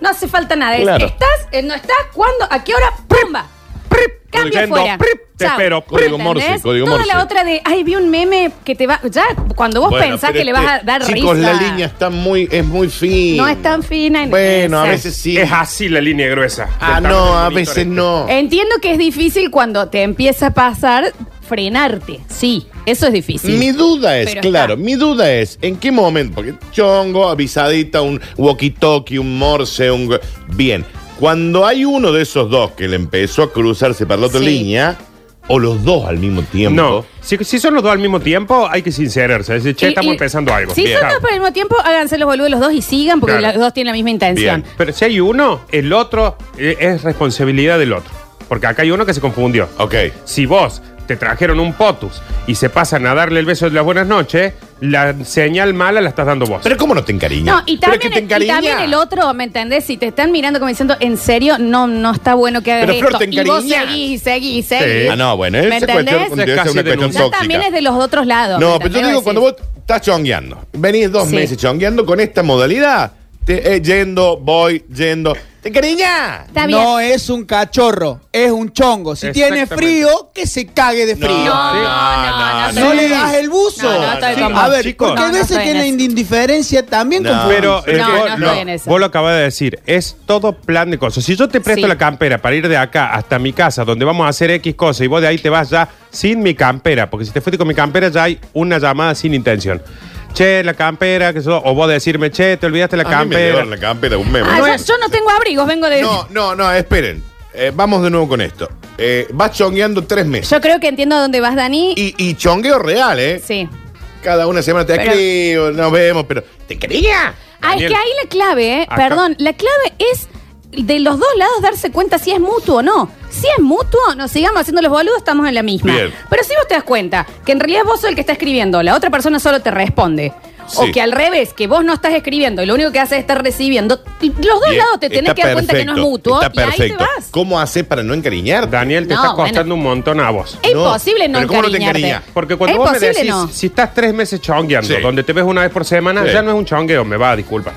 [SPEAKER 1] No hace falta nada. Es,
[SPEAKER 3] Claro.
[SPEAKER 1] ¿Estás? Eh, ¿No estás? ¿Cuándo? ¿A qué hora? ¡Pumba! ¡Prip! Cambia
[SPEAKER 2] Colgando.
[SPEAKER 1] fuera.
[SPEAKER 2] ¡Prip! Te
[SPEAKER 1] Chao.
[SPEAKER 2] espero.
[SPEAKER 3] Código
[SPEAKER 1] ¿Entendés?
[SPEAKER 3] Morse, código
[SPEAKER 1] Toda
[SPEAKER 3] Morse.
[SPEAKER 1] la otra de, ay, vi un meme que te va. Ya, cuando vos
[SPEAKER 3] Bueno,
[SPEAKER 1] pensás
[SPEAKER 3] pero
[SPEAKER 1] que le
[SPEAKER 3] es
[SPEAKER 1] vas
[SPEAKER 2] este,
[SPEAKER 1] a dar
[SPEAKER 3] Chicos,
[SPEAKER 1] risa.
[SPEAKER 3] la línea está muy, es muy fina.
[SPEAKER 1] no es tan fina. y no
[SPEAKER 3] Bueno, a
[SPEAKER 1] es-
[SPEAKER 3] veces sí.
[SPEAKER 2] Es así la línea gruesa.
[SPEAKER 3] Ah,
[SPEAKER 2] Del
[SPEAKER 3] no,
[SPEAKER 2] tamaño
[SPEAKER 3] a
[SPEAKER 2] del monitor
[SPEAKER 3] veces
[SPEAKER 2] este.
[SPEAKER 3] no.
[SPEAKER 1] Entiendo que es difícil cuando te empieza a pasar frenarte. Sí, eso es difícil.
[SPEAKER 3] Mi duda es,
[SPEAKER 1] Pero
[SPEAKER 3] claro,
[SPEAKER 1] está.
[SPEAKER 3] mi duda es, ¿en qué momento? Porque chongo, avisadita, un walkie-talkie, un morse, un... Bien, cuando hay uno de esos dos que le empezó a cruzarse para la otra
[SPEAKER 1] Sí.
[SPEAKER 3] línea, o los dos al mismo tiempo...
[SPEAKER 2] No, si, si son los dos al mismo tiempo, hay que sincerarse. Decir, che,
[SPEAKER 1] Y-
[SPEAKER 2] estamos
[SPEAKER 1] y-
[SPEAKER 2] empezando algo.
[SPEAKER 1] Si
[SPEAKER 2] Bien.
[SPEAKER 1] son dos por el mismo tiempo, háganse los boludos los dos y sigan porque
[SPEAKER 2] Claro.
[SPEAKER 1] los dos tienen la misma intención.
[SPEAKER 3] Bien.
[SPEAKER 2] Pero si hay uno, el otro eh, es responsabilidad del otro. Porque acá hay uno que se confundió.
[SPEAKER 3] Ok.
[SPEAKER 2] Si vos te trajeron un potus y se pasan a darle el beso de las buenas noches, la señal mala la estás dando vos.
[SPEAKER 3] Pero ¿cómo no te encariñas?
[SPEAKER 1] No, y
[SPEAKER 3] Pero es que
[SPEAKER 1] también,
[SPEAKER 3] te
[SPEAKER 1] el- y
[SPEAKER 3] encariñas.
[SPEAKER 1] también el otro, ¿me entendés? Si te están mirando como diciendo, en serio, no, no está bueno que hagas
[SPEAKER 3] Pero, Flor,
[SPEAKER 1] esto.
[SPEAKER 3] te
[SPEAKER 1] y vos
[SPEAKER 3] encariñas.
[SPEAKER 1] seguís, y seguís, y seguís.
[SPEAKER 3] Ah, no, bueno, esa
[SPEAKER 1] ¿Me
[SPEAKER 3] es cuestión,
[SPEAKER 1] entendés?
[SPEAKER 3] debe ser
[SPEAKER 2] Casi
[SPEAKER 3] una cuestión
[SPEAKER 2] denuncia.
[SPEAKER 1] Ya
[SPEAKER 3] tóxica.
[SPEAKER 1] también es de los otros lados.
[SPEAKER 3] No,
[SPEAKER 1] ¿me
[SPEAKER 3] pero yo
[SPEAKER 1] entendés?
[SPEAKER 3] digo, cuando
[SPEAKER 1] Decís,
[SPEAKER 3] vos estás chongueando, venís dos meses chongueando con esta modalidad, te, eh, yendo, voy, yendo. ¡Te cariña!
[SPEAKER 1] Está bien.
[SPEAKER 6] No es un cachorro, es un chongo. Si tiene
[SPEAKER 2] Exactamente.
[SPEAKER 6] frío, que se cague de frío.
[SPEAKER 1] No,
[SPEAKER 2] Sí.
[SPEAKER 1] no, no,
[SPEAKER 6] No, le das el buzo.
[SPEAKER 1] No, no estoy
[SPEAKER 2] Sí,
[SPEAKER 1] con
[SPEAKER 2] a
[SPEAKER 1] vos.
[SPEAKER 2] ver, chicos.
[SPEAKER 6] porque
[SPEAKER 1] No,
[SPEAKER 6] a
[SPEAKER 1] no
[SPEAKER 6] veces
[SPEAKER 1] estoy en
[SPEAKER 6] que la
[SPEAKER 1] eso.
[SPEAKER 6] indiferencia también
[SPEAKER 3] No.
[SPEAKER 6] confunde.
[SPEAKER 2] Pero eh,
[SPEAKER 1] No,
[SPEAKER 2] vos,
[SPEAKER 1] no estoy
[SPEAKER 2] lo-
[SPEAKER 1] en esa.
[SPEAKER 2] vos lo acabas de decir, es todo plan de cosas. Si yo te presto
[SPEAKER 1] Sí.
[SPEAKER 2] la campera para ir de acá hasta mi casa, donde vamos a hacer X cosa, y vos de ahí te vas ya sin mi campera, porque si te fuiste con mi campera ya hay una llamada sin intención. Che, la campera, que eso, o vos decirme, che, te olvidaste la
[SPEAKER 3] A mí me
[SPEAKER 2] campera.
[SPEAKER 3] llevaron la campera, un meme.
[SPEAKER 1] Ah, yo, yo no tengo abrigos, vengo de.
[SPEAKER 3] No, no, no, esperen. Eh, vamos de nuevo con esto. Eh, vas chongueando tres meses.
[SPEAKER 1] Yo creo que entiendo dónde vas, Dani.
[SPEAKER 3] Y, y chongueo real, ¿eh?
[SPEAKER 1] Sí.
[SPEAKER 3] Cada una semana te
[SPEAKER 1] Pero-
[SPEAKER 3] escribo, nos vemos, pero. ¿Te quería?
[SPEAKER 1] Ah, es
[SPEAKER 2] Daniel.
[SPEAKER 1] que ahí la clave, eh,
[SPEAKER 2] Acá.
[SPEAKER 1] perdón, la clave es de los dos lados darse cuenta si es mutuo o no. Si es mutuo, nos sigamos haciendo los boludos, estamos en la misma.
[SPEAKER 3] Bien.
[SPEAKER 1] Pero si vos te das cuenta que en realidad vos sos el que está escribiendo, la otra persona solo te responde.
[SPEAKER 3] Sí.
[SPEAKER 1] O que al revés, que vos no estás escribiendo y lo único que haces es estar recibiendo. Los dos
[SPEAKER 3] Bien,
[SPEAKER 1] lados te tenés
[SPEAKER 3] está
[SPEAKER 1] que dar cuenta que no es
[SPEAKER 3] perfecto,
[SPEAKER 1] mutuo
[SPEAKER 3] Está
[SPEAKER 1] y ahí te
[SPEAKER 3] perfecto.
[SPEAKER 1] vas.
[SPEAKER 3] ¿Cómo haces para no encariñarte?
[SPEAKER 2] Daniel, te
[SPEAKER 1] No,
[SPEAKER 2] está
[SPEAKER 1] bueno.
[SPEAKER 2] costando un montón a vos.
[SPEAKER 1] Es
[SPEAKER 3] No,
[SPEAKER 1] imposible no
[SPEAKER 3] pero ¿cómo no te
[SPEAKER 1] encariñarte.
[SPEAKER 3] encariñás?
[SPEAKER 2] Porque cuando
[SPEAKER 1] es
[SPEAKER 2] vos me
[SPEAKER 1] imposible
[SPEAKER 2] decís,
[SPEAKER 1] no.
[SPEAKER 2] si estás tres meses chongueando,
[SPEAKER 3] Sí.
[SPEAKER 2] donde te ves una vez por semana,
[SPEAKER 3] Sí.
[SPEAKER 2] ya no es un chongueo, me va, disculpa.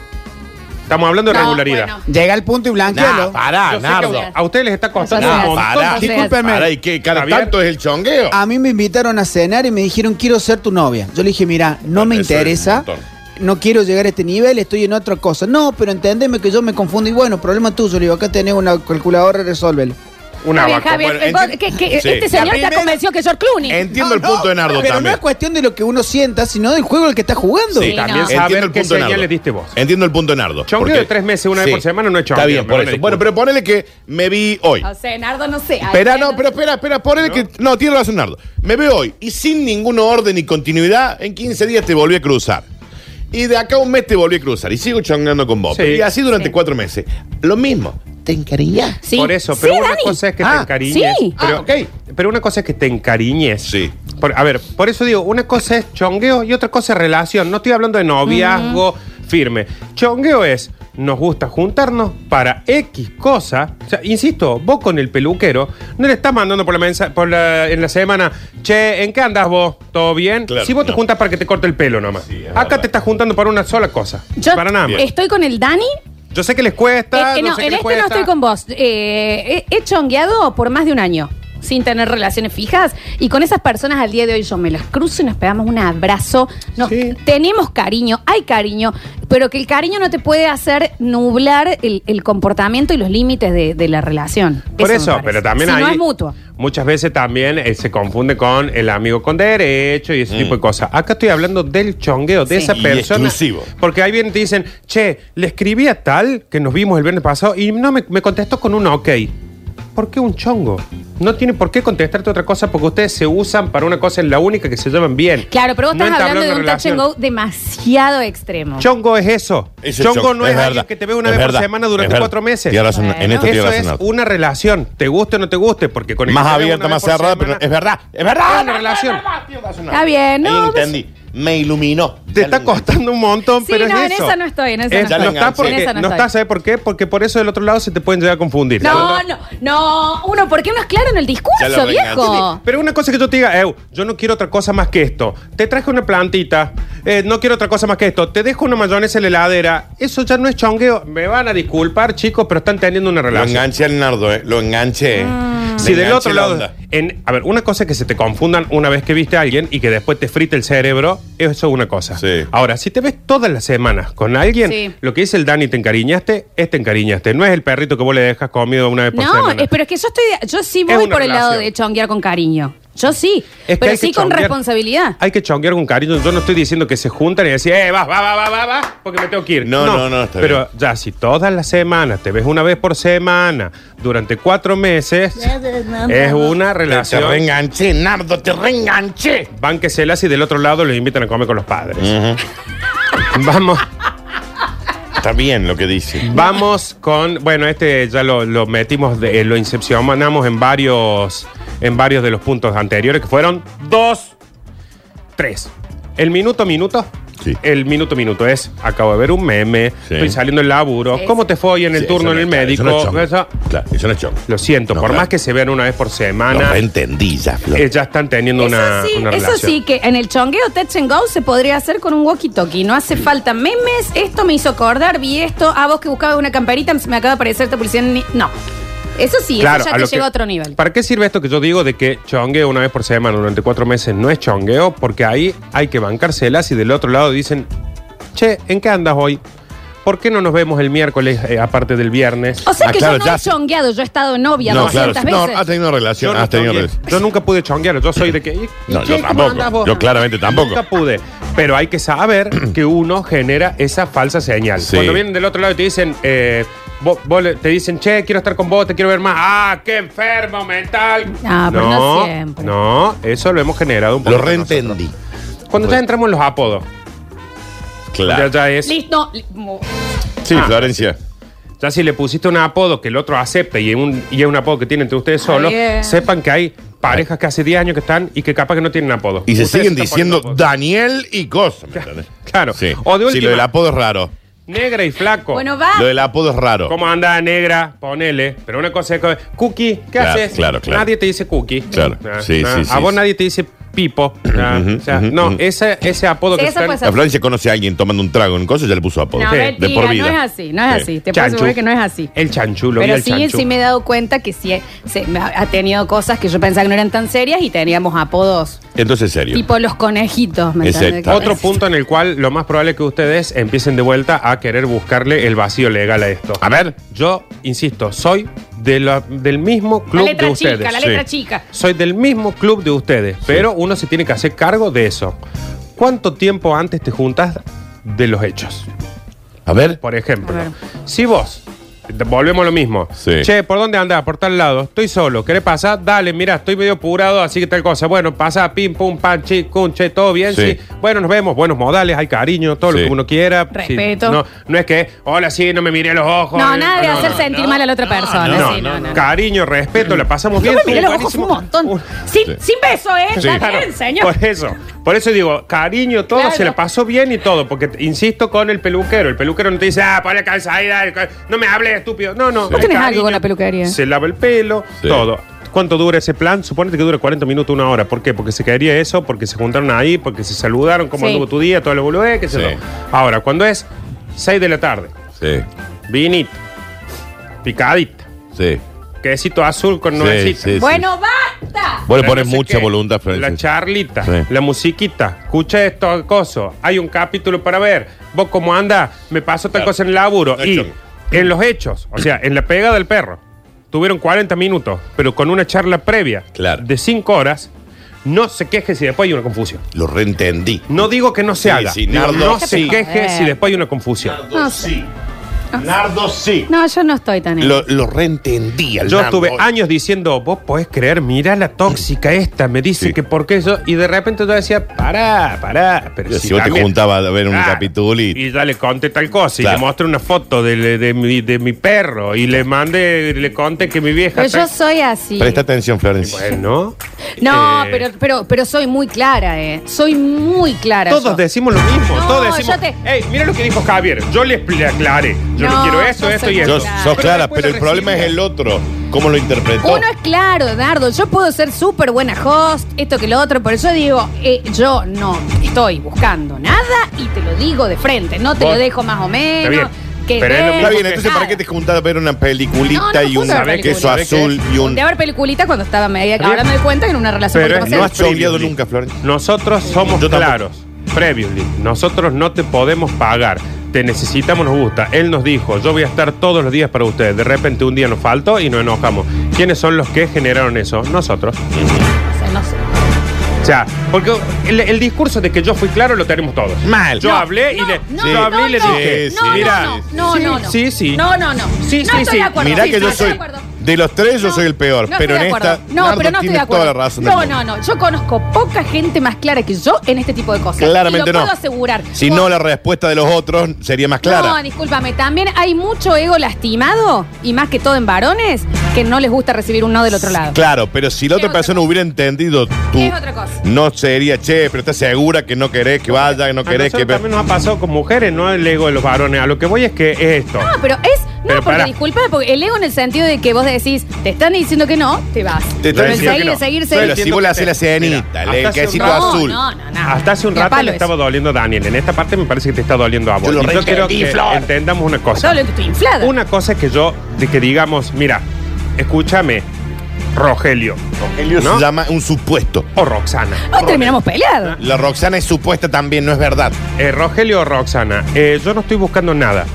[SPEAKER 2] Estamos hablando de
[SPEAKER 1] No,
[SPEAKER 2] regularidad.
[SPEAKER 1] bueno.
[SPEAKER 6] Llega al punto y
[SPEAKER 3] Nah,
[SPEAKER 6] blanquealo.
[SPEAKER 3] Ah, pará,
[SPEAKER 2] Yo sé que
[SPEAKER 3] Nardo.
[SPEAKER 2] a ustedes les está costando
[SPEAKER 1] No,
[SPEAKER 2] un montón.
[SPEAKER 3] Pará.
[SPEAKER 1] Entonces-
[SPEAKER 6] Discúlpeme.
[SPEAKER 3] Pará, ¿y qué? Cada
[SPEAKER 2] Javier.
[SPEAKER 3] tanto es el chongueo.
[SPEAKER 1] Ah,
[SPEAKER 6] A mí me invitaron a cenar y me dijeron, quiero ser tu novia. Yo le dije, mira, no
[SPEAKER 3] Bueno,
[SPEAKER 6] me
[SPEAKER 3] eso es
[SPEAKER 6] interesa,
[SPEAKER 3] un montón.
[SPEAKER 6] no quiero llegar a este nivel, estoy en otra cosa. No, pero entendeme que yo me confundo y bueno, problema tuyo. Le digo, acá tenés una calculadora, resuélvelo.
[SPEAKER 1] Está
[SPEAKER 2] Una
[SPEAKER 1] bien,
[SPEAKER 2] vaca.
[SPEAKER 1] Javier,
[SPEAKER 3] bueno,
[SPEAKER 1] vos-
[SPEAKER 3] enti-
[SPEAKER 1] que- que
[SPEAKER 3] Sí.
[SPEAKER 1] este
[SPEAKER 3] La
[SPEAKER 1] señor está
[SPEAKER 3] primera-
[SPEAKER 1] convencido que es George Clooney.
[SPEAKER 3] Entiendo
[SPEAKER 6] Ah, No,
[SPEAKER 3] el punto
[SPEAKER 6] no,
[SPEAKER 3] de Nardo
[SPEAKER 6] pero
[SPEAKER 3] también.
[SPEAKER 6] no es cuestión de lo que uno sienta, sino del juego al que está jugando.
[SPEAKER 1] Sí,
[SPEAKER 2] También
[SPEAKER 1] no.
[SPEAKER 2] saber
[SPEAKER 3] Entiendo el
[SPEAKER 2] qué
[SPEAKER 3] punto de
[SPEAKER 2] señales
[SPEAKER 3] Nardo.
[SPEAKER 2] diste vos.
[SPEAKER 3] Entiendo el punto de Nardo.
[SPEAKER 2] Chongueo
[SPEAKER 3] porque-
[SPEAKER 2] de tres meses, una vez por semana, no es chongueo,
[SPEAKER 3] Está bien,
[SPEAKER 2] me
[SPEAKER 3] por
[SPEAKER 2] van a
[SPEAKER 3] eso.
[SPEAKER 2] disculpar.
[SPEAKER 3] Bueno, pero ponele que me vi hoy.
[SPEAKER 1] O sea, Nardo, no sé.
[SPEAKER 3] Espera,
[SPEAKER 1] Ay,
[SPEAKER 3] no, pero espera, espera, ponele que. No, tiene razón, Nardo. Me veo hoy y sin ningún orden ni continuidad, en 15 días te volví a cruzar. Y de acá a un mes te volví a cruzar y sigo chongueando con vos.
[SPEAKER 2] Sí.
[SPEAKER 3] Y así durante
[SPEAKER 1] Sí.
[SPEAKER 3] cuatro meses. Lo mismo. Te encariñás.
[SPEAKER 1] Sí.
[SPEAKER 2] Por eso, pero
[SPEAKER 1] Sí,
[SPEAKER 2] una
[SPEAKER 1] Dani.
[SPEAKER 2] cosa es que te
[SPEAKER 3] Ah,
[SPEAKER 2] encariñes.
[SPEAKER 1] sí.
[SPEAKER 2] Pero,
[SPEAKER 3] Ah, ok.
[SPEAKER 2] pero una cosa es que te encariñes.
[SPEAKER 3] Sí.
[SPEAKER 2] Por- a ver, por eso digo, una cosa es chongueo y otra cosa es relación. No estoy hablando de noviazgo firme. Chongueo es, nos gusta juntarnos para X cosa. O sea, insisto, vos con el peluquero no le estás mandando por la mensa, por la- en la semana, che, ¿en qué andas vos? ¿Todo bien?
[SPEAKER 3] Claro,
[SPEAKER 2] si vos te
[SPEAKER 3] no.
[SPEAKER 2] juntas para que te corte el pelo nomás.
[SPEAKER 3] Sí, es
[SPEAKER 2] Acá
[SPEAKER 3] verdad.
[SPEAKER 2] te estás juntando para una sola cosa.
[SPEAKER 1] Yo
[SPEAKER 2] para nada más.
[SPEAKER 1] estoy con el Dani.
[SPEAKER 2] Yo sé que les cuesta.
[SPEAKER 1] Eh, eh,
[SPEAKER 2] yo
[SPEAKER 1] no,
[SPEAKER 2] sé que
[SPEAKER 1] en
[SPEAKER 2] les
[SPEAKER 1] este
[SPEAKER 2] cuesta.
[SPEAKER 1] no estoy con vos. Eh, he, he chongueado por más de un año sin tener relaciones fijas y con esas personas al día de hoy yo me las cruzo y nos pegamos un abrazo. Nos,
[SPEAKER 2] Sí.
[SPEAKER 1] Tenemos cariño, hay cariño, pero que el cariño no te puede hacer nublar el, el comportamiento y los límites de, de la relación.
[SPEAKER 2] Por
[SPEAKER 1] me
[SPEAKER 2] eso,
[SPEAKER 1] parece.
[SPEAKER 2] pero también
[SPEAKER 1] si
[SPEAKER 2] hay.
[SPEAKER 1] no es mutuo.
[SPEAKER 2] Muchas veces también eh, se confunde con el amigo con derecho y ese tipo de cosas. Acá estoy hablando del chongueo, de
[SPEAKER 1] Sí.
[SPEAKER 2] esa
[SPEAKER 3] Mm. Y
[SPEAKER 2] persona.
[SPEAKER 3] exclusivo.
[SPEAKER 2] Porque ahí vienen y te dicen, che, le escribí a tal que nos vimos el viernes pasado y no me, me contestó con un ok. ¿Por qué un chongo? No tiene por qué contestarte otra cosa porque ustedes se usan para una cosa, es la única que se llevan bien.
[SPEAKER 1] Claro, pero vos
[SPEAKER 2] No
[SPEAKER 1] estás hablando de
[SPEAKER 2] entablando
[SPEAKER 1] un touch
[SPEAKER 2] relación.
[SPEAKER 1] and go demasiado extremo.
[SPEAKER 2] Chongo es eso.
[SPEAKER 3] Ese
[SPEAKER 2] chongo
[SPEAKER 3] chon-
[SPEAKER 2] no es, alguien
[SPEAKER 3] verdad,
[SPEAKER 2] que te ve una
[SPEAKER 3] es
[SPEAKER 2] vez por
[SPEAKER 3] verdad,
[SPEAKER 2] semana
[SPEAKER 3] es
[SPEAKER 2] durante
[SPEAKER 3] verdad.
[SPEAKER 2] cuatro meses.
[SPEAKER 3] Tiene razón, en
[SPEAKER 1] Bueno.
[SPEAKER 3] esto tiene
[SPEAKER 2] Eso
[SPEAKER 3] razón.
[SPEAKER 2] es
[SPEAKER 3] Nardo.
[SPEAKER 2] una relación, te guste o no te guste, porque con el
[SPEAKER 3] Más
[SPEAKER 2] que te veo
[SPEAKER 3] abierta,
[SPEAKER 2] una
[SPEAKER 3] más
[SPEAKER 2] vez por
[SPEAKER 3] cerrada, pero
[SPEAKER 2] semana-
[SPEAKER 3] es verdad. Es
[SPEAKER 2] Es
[SPEAKER 3] verdad.
[SPEAKER 2] una relación.
[SPEAKER 1] Está bien,
[SPEAKER 3] Ahí
[SPEAKER 1] no. pues.
[SPEAKER 3] entendí. me iluminó.
[SPEAKER 2] Te
[SPEAKER 3] Ya
[SPEAKER 2] está
[SPEAKER 3] lo-
[SPEAKER 2] costando un montón,
[SPEAKER 1] Sí,
[SPEAKER 2] pero
[SPEAKER 1] no,
[SPEAKER 2] es
[SPEAKER 1] en
[SPEAKER 2] eso.
[SPEAKER 1] esa no estoy, en esa no
[SPEAKER 2] Es-
[SPEAKER 3] estoy.
[SPEAKER 2] no está
[SPEAKER 3] En
[SPEAKER 2] porque,
[SPEAKER 1] esa no
[SPEAKER 2] no,
[SPEAKER 1] estoy.
[SPEAKER 2] está, ¿sabes por qué? Porque por eso del otro lado se te pueden llegar a confundir.
[SPEAKER 1] No, no, no, uno, ¿por qué no es claro en el
[SPEAKER 3] Ya
[SPEAKER 1] discurso,
[SPEAKER 3] lo
[SPEAKER 1] viejo?
[SPEAKER 2] Pero una cosa que yo te diga, Eu, yo no quiero otra cosa más que esto. Te traje una plantita, eh, no quiero otra cosa más que esto. Te dejo una mayonesa en la heladera. Eso ya no es chongueo. Me van a disculpar, chicos, pero están teniendo una
[SPEAKER 3] Lo
[SPEAKER 2] relación.
[SPEAKER 3] enganché al nardo, ¿eh? Lo enganché. ¿eh?
[SPEAKER 1] Ah.
[SPEAKER 3] Le
[SPEAKER 2] Si del
[SPEAKER 3] enganché
[SPEAKER 2] otro
[SPEAKER 3] la
[SPEAKER 2] lado.
[SPEAKER 3] onda.
[SPEAKER 2] en- a ver, una cosa es que se te confundan una vez que viste a alguien y que después te frite el cerebro, eso es una cosa.
[SPEAKER 3] Sí.
[SPEAKER 2] Ahora, si te ves todas las semanas con alguien,
[SPEAKER 1] Sí.
[SPEAKER 2] lo que dice el Dani, te encariñaste, es te encariñaste. No es el perrito que vos le dejas comido una vez por
[SPEAKER 1] No,
[SPEAKER 2] semana.
[SPEAKER 1] es- pero es que yo estoy, de- yo sí
[SPEAKER 2] Es
[SPEAKER 1] voy
[SPEAKER 2] una
[SPEAKER 1] por el lado
[SPEAKER 2] relación.
[SPEAKER 1] de chonguear con cariño. Yo sí,
[SPEAKER 2] Es que
[SPEAKER 1] pero
[SPEAKER 2] hay que
[SPEAKER 1] sí con
[SPEAKER 2] chonguear.
[SPEAKER 1] responsabilidad.
[SPEAKER 2] Hay que chonguear con cariño. Yo no estoy diciendo que se juntan y decir, eh, va, va, va, va, va, va, porque me tengo que ir.
[SPEAKER 3] No, no, no, está
[SPEAKER 2] Pero ya, si todas las semanas te ves una vez por semana durante cuatro meses, es una
[SPEAKER 3] Te, te
[SPEAKER 2] relación.
[SPEAKER 3] reenganché, nardo, te reenganché.
[SPEAKER 2] Bánqueselas y del otro lado los invitan a comer con los padres. Vamos,
[SPEAKER 3] Está bien lo que dice.
[SPEAKER 2] vamos con. Bueno, este ya lo, lo metimos, de- eh, lo incepcionamos en varios, en varios de los puntos anteriores, que fueron dos, tres. El minuto a minuto.
[SPEAKER 3] Sí.
[SPEAKER 2] El minuto a minuto es, acabo de ver un meme,
[SPEAKER 3] Sí.
[SPEAKER 2] estoy saliendo del laburo,
[SPEAKER 1] Sí,
[SPEAKER 2] ¿cómo te fue hoy en el
[SPEAKER 3] Sí,
[SPEAKER 2] turno
[SPEAKER 3] eso
[SPEAKER 2] en
[SPEAKER 3] no
[SPEAKER 2] el
[SPEAKER 3] es-
[SPEAKER 2] médico?
[SPEAKER 3] Eso no es chongo.
[SPEAKER 2] Eso-
[SPEAKER 3] Claro, eso no es chongo.
[SPEAKER 2] lo siento,
[SPEAKER 3] No,
[SPEAKER 2] por
[SPEAKER 3] claro.
[SPEAKER 2] más que se vean una vez por semana,
[SPEAKER 3] Lo entendí ya, Flor.
[SPEAKER 2] eh, ya están teniendo una,
[SPEAKER 1] eso sí,
[SPEAKER 2] una
[SPEAKER 1] eso
[SPEAKER 2] relación.
[SPEAKER 1] sí, que en el chongueo touch and go se podría hacer con un walkie-talkie. No hace falta memes, esto me hizo acordar, vi esto, a vos que buscabas una camperita, me acaba de aparecer esta publicidad. en ni- No, eso sí, eso ya
[SPEAKER 2] a
[SPEAKER 1] te
[SPEAKER 2] lo
[SPEAKER 1] llega
[SPEAKER 2] que-
[SPEAKER 1] a otro nivel.
[SPEAKER 2] ¿Para qué sirve esto que yo digo de que chongueo una vez por semana durante cuatro meses no es chongueo? Porque ahí hay que bancárselas y del otro lado dicen, che, ¿en qué andas hoy? ¿Por qué no nos vemos el miércoles eh, aparte del viernes?
[SPEAKER 1] O sea
[SPEAKER 3] Ah,
[SPEAKER 1] que
[SPEAKER 3] claro,
[SPEAKER 1] yo no
[SPEAKER 3] ya
[SPEAKER 1] he
[SPEAKER 3] se-
[SPEAKER 1] chongueado, yo he estado novia
[SPEAKER 3] No, claro.
[SPEAKER 1] 200
[SPEAKER 3] No,
[SPEAKER 1] veces.
[SPEAKER 3] has tenido
[SPEAKER 2] Yo,
[SPEAKER 3] relación,
[SPEAKER 2] no
[SPEAKER 3] has tenido
[SPEAKER 2] chongueé.
[SPEAKER 3] relación.
[SPEAKER 2] Yo nunca pude chonguear, yo soy de que... "Y-
[SPEAKER 3] No,
[SPEAKER 2] che,
[SPEAKER 3] yo
[SPEAKER 2] ¿cómo andás
[SPEAKER 3] tampoco.
[SPEAKER 2] vos?"
[SPEAKER 3] Yo claramente tampoco.
[SPEAKER 2] Nunca pude. Pero hay que saber que uno genera esa falsa señal.
[SPEAKER 3] Sí.
[SPEAKER 2] Cuando vienen del otro lado y te dicen, eh, vos- vos le- te dicen, che, quiero estar con vos, te quiero ver más. ¡Ah, qué enfermo mental!
[SPEAKER 1] No, pero no siempre.
[SPEAKER 2] no, eso lo hemos generado un poco.
[SPEAKER 3] Lo reentendí.
[SPEAKER 2] Cuando ya entramos en los apodos, ya,
[SPEAKER 3] Claro.
[SPEAKER 2] ya es.
[SPEAKER 1] Listo, li- mo-
[SPEAKER 3] Sí,
[SPEAKER 2] Ah.
[SPEAKER 3] Florencia.
[SPEAKER 2] Ya si le pusiste un apodo que el otro acepta y es un, y es un apodo que tienen entre ustedes solos,
[SPEAKER 1] bien.
[SPEAKER 2] sepan que hay parejas que hace 10 años que están y que capaz que no tienen apodo.
[SPEAKER 3] Y se
[SPEAKER 2] Ustedes
[SPEAKER 3] siguen
[SPEAKER 2] están
[SPEAKER 3] diciendo
[SPEAKER 2] poniendo apodos.
[SPEAKER 3] Daniel y cosas. ¿me entendés?
[SPEAKER 2] Claro.
[SPEAKER 3] Sí.
[SPEAKER 2] O de
[SPEAKER 3] Sí,
[SPEAKER 2] última,
[SPEAKER 3] lo del apodo es raro.
[SPEAKER 2] negra y flaco.
[SPEAKER 1] bueno, va.
[SPEAKER 3] Lo del apodo es raro.
[SPEAKER 2] ¿Cómo anda negra? Ponele. Pero una cosa es que. Cookie, ¿qué
[SPEAKER 3] Claro,
[SPEAKER 2] haces?
[SPEAKER 3] claro, claro.
[SPEAKER 2] Nadie te dice cookie.
[SPEAKER 3] Claro.
[SPEAKER 2] Ah,
[SPEAKER 3] Sí,
[SPEAKER 2] ah.
[SPEAKER 3] sí,
[SPEAKER 2] A
[SPEAKER 3] sí,
[SPEAKER 2] vos
[SPEAKER 3] sí.
[SPEAKER 2] nadie te dice pipo. Ah, o sea, no, ese, ese apodo que
[SPEAKER 1] Eso
[SPEAKER 2] están-
[SPEAKER 1] puede ser.
[SPEAKER 3] La Florencia conoce a alguien tomando un trago en cosas, ya le puso apodo.
[SPEAKER 1] No,
[SPEAKER 3] Sí.
[SPEAKER 1] mentira,
[SPEAKER 3] de por vida.
[SPEAKER 1] no es así, no es
[SPEAKER 3] Sí.
[SPEAKER 1] así. Te puedo
[SPEAKER 2] Chanchu.
[SPEAKER 1] asegurar que no es así.
[SPEAKER 2] El chanchulo.
[SPEAKER 1] Pero sí, sí me he dado cuenta que sí se me ha ha tenido cosas que yo pensaba que no eran tan serias y teníamos apodos
[SPEAKER 3] Entonces, serio.
[SPEAKER 1] tipo los conejitos, ¿me
[SPEAKER 3] Exacto.
[SPEAKER 1] entiendes?
[SPEAKER 2] Otro punto en el cual lo más probable es que ustedes empiecen de vuelta a querer buscarle el vacío legal a esto. A ver, yo insisto, soy de la- del mismo
[SPEAKER 1] La
[SPEAKER 2] club
[SPEAKER 1] letra
[SPEAKER 2] de
[SPEAKER 1] chica,
[SPEAKER 2] ustedes.
[SPEAKER 1] la letra chica.
[SPEAKER 2] Soy del mismo club de ustedes, pero uno se tiene que hacer cargo de eso. ¿Cuánto tiempo antes te juntas de los hechos?
[SPEAKER 3] A ver.
[SPEAKER 2] Por ejemplo,
[SPEAKER 1] A ver.
[SPEAKER 2] si vos, te- volvemos a lo mismo,
[SPEAKER 3] Sí.
[SPEAKER 2] che, ¿por dónde andás? Por tal lado, estoy solo, ¿querés pasar? Dale, mira, estoy medio apurado, así que tal cosa. Bueno, pasa, pim, pum, pan, chi, cun, che, todo bien, sí.
[SPEAKER 3] Sí.
[SPEAKER 2] Bueno, nos vemos, buenos modales, hay cariño, todo lo
[SPEAKER 3] Sí.
[SPEAKER 2] que uno quiera. Sí,
[SPEAKER 1] Respeto.
[SPEAKER 2] no, no es que, hola, sí, no me miré a los ojos.
[SPEAKER 1] No,
[SPEAKER 2] eh,
[SPEAKER 1] nada de
[SPEAKER 2] no,
[SPEAKER 1] hacer
[SPEAKER 2] no,
[SPEAKER 1] sentir mal a la otra persona.
[SPEAKER 2] no,
[SPEAKER 1] sí,
[SPEAKER 2] no, no, Cariño, respeto, la pasamos
[SPEAKER 1] Yo
[SPEAKER 2] bien.
[SPEAKER 1] me miré
[SPEAKER 2] estuvo
[SPEAKER 1] los ojos un
[SPEAKER 2] buenísimo.
[SPEAKER 1] montón. Sin,
[SPEAKER 3] Sí.
[SPEAKER 1] sin beso, ¿eh?
[SPEAKER 2] Sí.
[SPEAKER 1] Está
[SPEAKER 2] Claro,
[SPEAKER 1] bien, señor.
[SPEAKER 2] Por eso, por eso digo, cariño, todo
[SPEAKER 1] Claro.
[SPEAKER 2] se le pasó bien y todo, porque te- insisto con el peluquero. El peluquero no te dice, ah, pon la cabeza ahí, dale, co- no me hables, estúpido. No, no.
[SPEAKER 1] Vos
[SPEAKER 2] hay
[SPEAKER 1] tenés algo con la peluquería.
[SPEAKER 2] Se lava el pelo,
[SPEAKER 3] Sí.
[SPEAKER 2] todo. ¿Cuánto dura ese plan? Suponete que dura 40 minutos, una hora. ¿Por qué? Porque se quedaría eso, porque se juntaron ahí, porque se saludaron, cómo
[SPEAKER 1] Sí.
[SPEAKER 2] anduvo tu día, todo lo boludé, qué sé
[SPEAKER 3] Sí.
[SPEAKER 2] yo. Ahora, cuando es 6 de la tarde,
[SPEAKER 3] Sí.
[SPEAKER 2] vinito, picadita,
[SPEAKER 3] Sí.
[SPEAKER 2] quesito azul con
[SPEAKER 3] Sí,
[SPEAKER 2] nuevecita.
[SPEAKER 3] sí.
[SPEAKER 1] Bueno, basta.
[SPEAKER 3] Vos le
[SPEAKER 2] La
[SPEAKER 3] pones
[SPEAKER 2] no sé
[SPEAKER 3] mucha
[SPEAKER 2] qué,
[SPEAKER 3] voluntad,
[SPEAKER 2] La
[SPEAKER 3] Florencia.
[SPEAKER 2] charlita,
[SPEAKER 3] Sí.
[SPEAKER 2] la musiquita. Escucha esto, coso. Hay un capítulo para ver. Vos cómo anda, me pasó tal
[SPEAKER 3] Claro.
[SPEAKER 2] cosa en el laburo.
[SPEAKER 3] No
[SPEAKER 2] y
[SPEAKER 3] chongo.
[SPEAKER 2] en los hechos, o sea, en la pega del perro, tuvieron 40 minutos, pero con una charla previa
[SPEAKER 3] Claro.
[SPEAKER 2] de 5 horas, no se queje si después hay una confusión.
[SPEAKER 3] Lo reentendí.
[SPEAKER 2] No digo que no se
[SPEAKER 3] Sí,
[SPEAKER 2] haga.
[SPEAKER 3] sí,
[SPEAKER 2] Digo,
[SPEAKER 3] Nardo,
[SPEAKER 2] no
[SPEAKER 3] sí.
[SPEAKER 2] se queje
[SPEAKER 1] Joder.
[SPEAKER 2] si después hay una confusión.
[SPEAKER 1] No sé.
[SPEAKER 3] Nardo sí.
[SPEAKER 1] No, yo no estoy tan en-
[SPEAKER 3] Lo, lo reentendí al
[SPEAKER 2] Yo
[SPEAKER 3] Nardo.
[SPEAKER 2] estuve años diciendo, vos podés creer, mirá la tóxica esta, me dice
[SPEAKER 3] Sí.
[SPEAKER 2] que por qué yo, y de repente yo decía, pará, pará, pero
[SPEAKER 3] Si vos te
[SPEAKER 2] también-
[SPEAKER 3] juntabas a ver un
[SPEAKER 2] Claro.
[SPEAKER 3] capítulo y...
[SPEAKER 2] Y ya le conté tal cosa, y
[SPEAKER 3] Claro.
[SPEAKER 2] le mostré una foto de, de- de mi, de mi perro, y le mandé, le conté que mi vieja...
[SPEAKER 1] Pero yo
[SPEAKER 2] tal-
[SPEAKER 1] soy así.
[SPEAKER 3] Presta atención, Florencia.
[SPEAKER 2] Bueno,
[SPEAKER 1] No,
[SPEAKER 2] eh,
[SPEAKER 1] pero, pero, pero soy muy clara, ¿eh? Soy muy clara.
[SPEAKER 2] Todos
[SPEAKER 1] yo.
[SPEAKER 2] decimos lo mismo,
[SPEAKER 1] No,
[SPEAKER 2] todos decimos.
[SPEAKER 1] yo te-
[SPEAKER 2] Ey, mira lo que dijo Javier. Yo le expl- le aclaré. Yo
[SPEAKER 1] No,
[SPEAKER 2] no, quiero eso,
[SPEAKER 1] no
[SPEAKER 2] esto
[SPEAKER 1] soy
[SPEAKER 2] y
[SPEAKER 1] yo.
[SPEAKER 2] eso.
[SPEAKER 3] Yo, sos clara,
[SPEAKER 2] después
[SPEAKER 3] pero el
[SPEAKER 2] lo
[SPEAKER 3] problema es
[SPEAKER 2] recibimos.
[SPEAKER 3] el otro. ¿Cómo lo interpretó?
[SPEAKER 1] Uno es claro, Dardo. Yo puedo ser súper buena host, esto que lo otro, por eso digo, eh, yo no estoy buscando nada y te lo digo de frente. No te
[SPEAKER 2] Vos-
[SPEAKER 1] lo dejo más o menos.
[SPEAKER 2] bien,
[SPEAKER 1] que
[SPEAKER 2] pero es lo
[SPEAKER 1] ver,
[SPEAKER 3] Está bien,
[SPEAKER 1] que
[SPEAKER 3] entonces
[SPEAKER 1] nada.
[SPEAKER 3] ¿para qué te juntas a ver una
[SPEAKER 1] No,
[SPEAKER 3] peliculita
[SPEAKER 1] no me
[SPEAKER 3] y
[SPEAKER 1] puse
[SPEAKER 3] un
[SPEAKER 1] a ver
[SPEAKER 3] queso
[SPEAKER 1] películas.
[SPEAKER 3] azul y un...
[SPEAKER 1] Ah, De ver peliculita cuando estaba media.
[SPEAKER 2] Está bien.
[SPEAKER 1] Ahora me doy cuenta que en una relación
[SPEAKER 2] Pero
[SPEAKER 1] con
[SPEAKER 2] es-
[SPEAKER 1] José-
[SPEAKER 3] No has
[SPEAKER 2] Previously.
[SPEAKER 3] choleado nunca, Florencia.
[SPEAKER 2] Nosotros somos
[SPEAKER 3] Yo tampoco.
[SPEAKER 2] claros. Previously. Nosotros no te podemos pagar. Te necesitamos, nos gusta. Él nos dijo, yo voy a estar todos los días para ustedes. De repente un día nos faltó y nos enojamos. ¿Quiénes son los que generaron eso? Nosotros.
[SPEAKER 1] o sea, no sé.
[SPEAKER 2] O sea, porque el, el discurso de que yo fui claro lo tenemos todos.
[SPEAKER 3] Mal.
[SPEAKER 2] Yo
[SPEAKER 1] No,
[SPEAKER 2] hablé
[SPEAKER 1] no,
[SPEAKER 2] y le,
[SPEAKER 1] no,
[SPEAKER 2] yo hablé
[SPEAKER 1] no,
[SPEAKER 2] y le
[SPEAKER 1] no,
[SPEAKER 2] dije,
[SPEAKER 3] sí,
[SPEAKER 1] no,
[SPEAKER 2] mira,
[SPEAKER 1] no, no, no,
[SPEAKER 2] sí,
[SPEAKER 1] no.
[SPEAKER 2] sí, sí.
[SPEAKER 1] No, no, no.
[SPEAKER 2] Sí,
[SPEAKER 1] No
[SPEAKER 2] sí,
[SPEAKER 1] estoy
[SPEAKER 2] sí.
[SPEAKER 1] de acuerdo.
[SPEAKER 3] Mirá
[SPEAKER 1] Sí,
[SPEAKER 3] que
[SPEAKER 1] no
[SPEAKER 3] yo
[SPEAKER 1] estoy de
[SPEAKER 3] soy...
[SPEAKER 1] acuerdo.
[SPEAKER 3] De los tres yo
[SPEAKER 1] No,
[SPEAKER 3] soy el peor,
[SPEAKER 1] no
[SPEAKER 3] pero en
[SPEAKER 1] estoy de
[SPEAKER 3] esta...
[SPEAKER 1] acuerdo. No,
[SPEAKER 3] Nardo
[SPEAKER 1] pero no estoy de
[SPEAKER 3] tiene
[SPEAKER 1] acuerdo.
[SPEAKER 3] toda la razón del
[SPEAKER 1] no,
[SPEAKER 3] mundo.
[SPEAKER 1] no, no. Yo conozco poca gente más clara que yo en este tipo de cosas.
[SPEAKER 3] Claramente
[SPEAKER 1] Y lo
[SPEAKER 3] no.
[SPEAKER 1] puedo asegurar.
[SPEAKER 3] Si
[SPEAKER 1] Por-
[SPEAKER 3] no, la respuesta de los otros sería más
[SPEAKER 1] No,
[SPEAKER 3] clara.
[SPEAKER 1] discúlpame. También hay mucho ego lastimado, y más que todo en varones, que no les gusta recibir un no del otro lado.
[SPEAKER 3] Claro, pero si la
[SPEAKER 1] Es
[SPEAKER 3] otra
[SPEAKER 1] otra
[SPEAKER 3] persona
[SPEAKER 1] cosa.
[SPEAKER 3] hubiera entendido tú,
[SPEAKER 1] Es otra cosa.
[SPEAKER 3] no sería, che, pero estás segura que no querés que vaya, que no
[SPEAKER 2] A
[SPEAKER 3] querés
[SPEAKER 2] nosotros
[SPEAKER 3] que...
[SPEAKER 2] Ah, también nos ha pasado con mujeres, no el ego de los varones. A lo que voy es que es esto.
[SPEAKER 1] No, pero es. No,
[SPEAKER 2] Pero
[SPEAKER 1] porque
[SPEAKER 2] pará.
[SPEAKER 1] discúlpame, porque el ego en el sentido de que vos decís, te están diciendo que no, te vas.
[SPEAKER 3] Te
[SPEAKER 1] Pero
[SPEAKER 3] están
[SPEAKER 1] el
[SPEAKER 3] diciendo
[SPEAKER 1] seguir,
[SPEAKER 2] que no.
[SPEAKER 1] seguir,
[SPEAKER 2] Pero
[SPEAKER 1] seguir.
[SPEAKER 3] Pero si vos le haces la
[SPEAKER 2] Mira,
[SPEAKER 3] sirenita,
[SPEAKER 2] hasta
[SPEAKER 3] le el
[SPEAKER 2] hace un
[SPEAKER 3] quesito
[SPEAKER 2] rato-
[SPEAKER 1] no,
[SPEAKER 3] azul.
[SPEAKER 1] no, no, no.
[SPEAKER 2] Hasta hace un
[SPEAKER 1] Ah, Ni a
[SPEAKER 2] rato
[SPEAKER 1] palo
[SPEAKER 2] le
[SPEAKER 1] eso.
[SPEAKER 2] estaba doliendo a Daniel. En esta parte me parece que te está doliendo a vos.
[SPEAKER 3] Yo lo
[SPEAKER 2] Y yo quiero
[SPEAKER 3] reentendí,
[SPEAKER 2] que
[SPEAKER 3] Flor.
[SPEAKER 2] entendamos una cosa.
[SPEAKER 1] Estaba doliendo, estoy inflada.
[SPEAKER 2] Una cosa es que yo, de que digamos, mira, escúchame, Rogelio.
[SPEAKER 3] Elio
[SPEAKER 2] ¿no?
[SPEAKER 3] se llama un supuesto.
[SPEAKER 2] O Roxana.
[SPEAKER 1] Hoy terminamos peleados.
[SPEAKER 3] La Roxana es supuesta también, no es verdad.
[SPEAKER 2] Eh, Rogelio o Roxana, eh, yo no estoy buscando nada.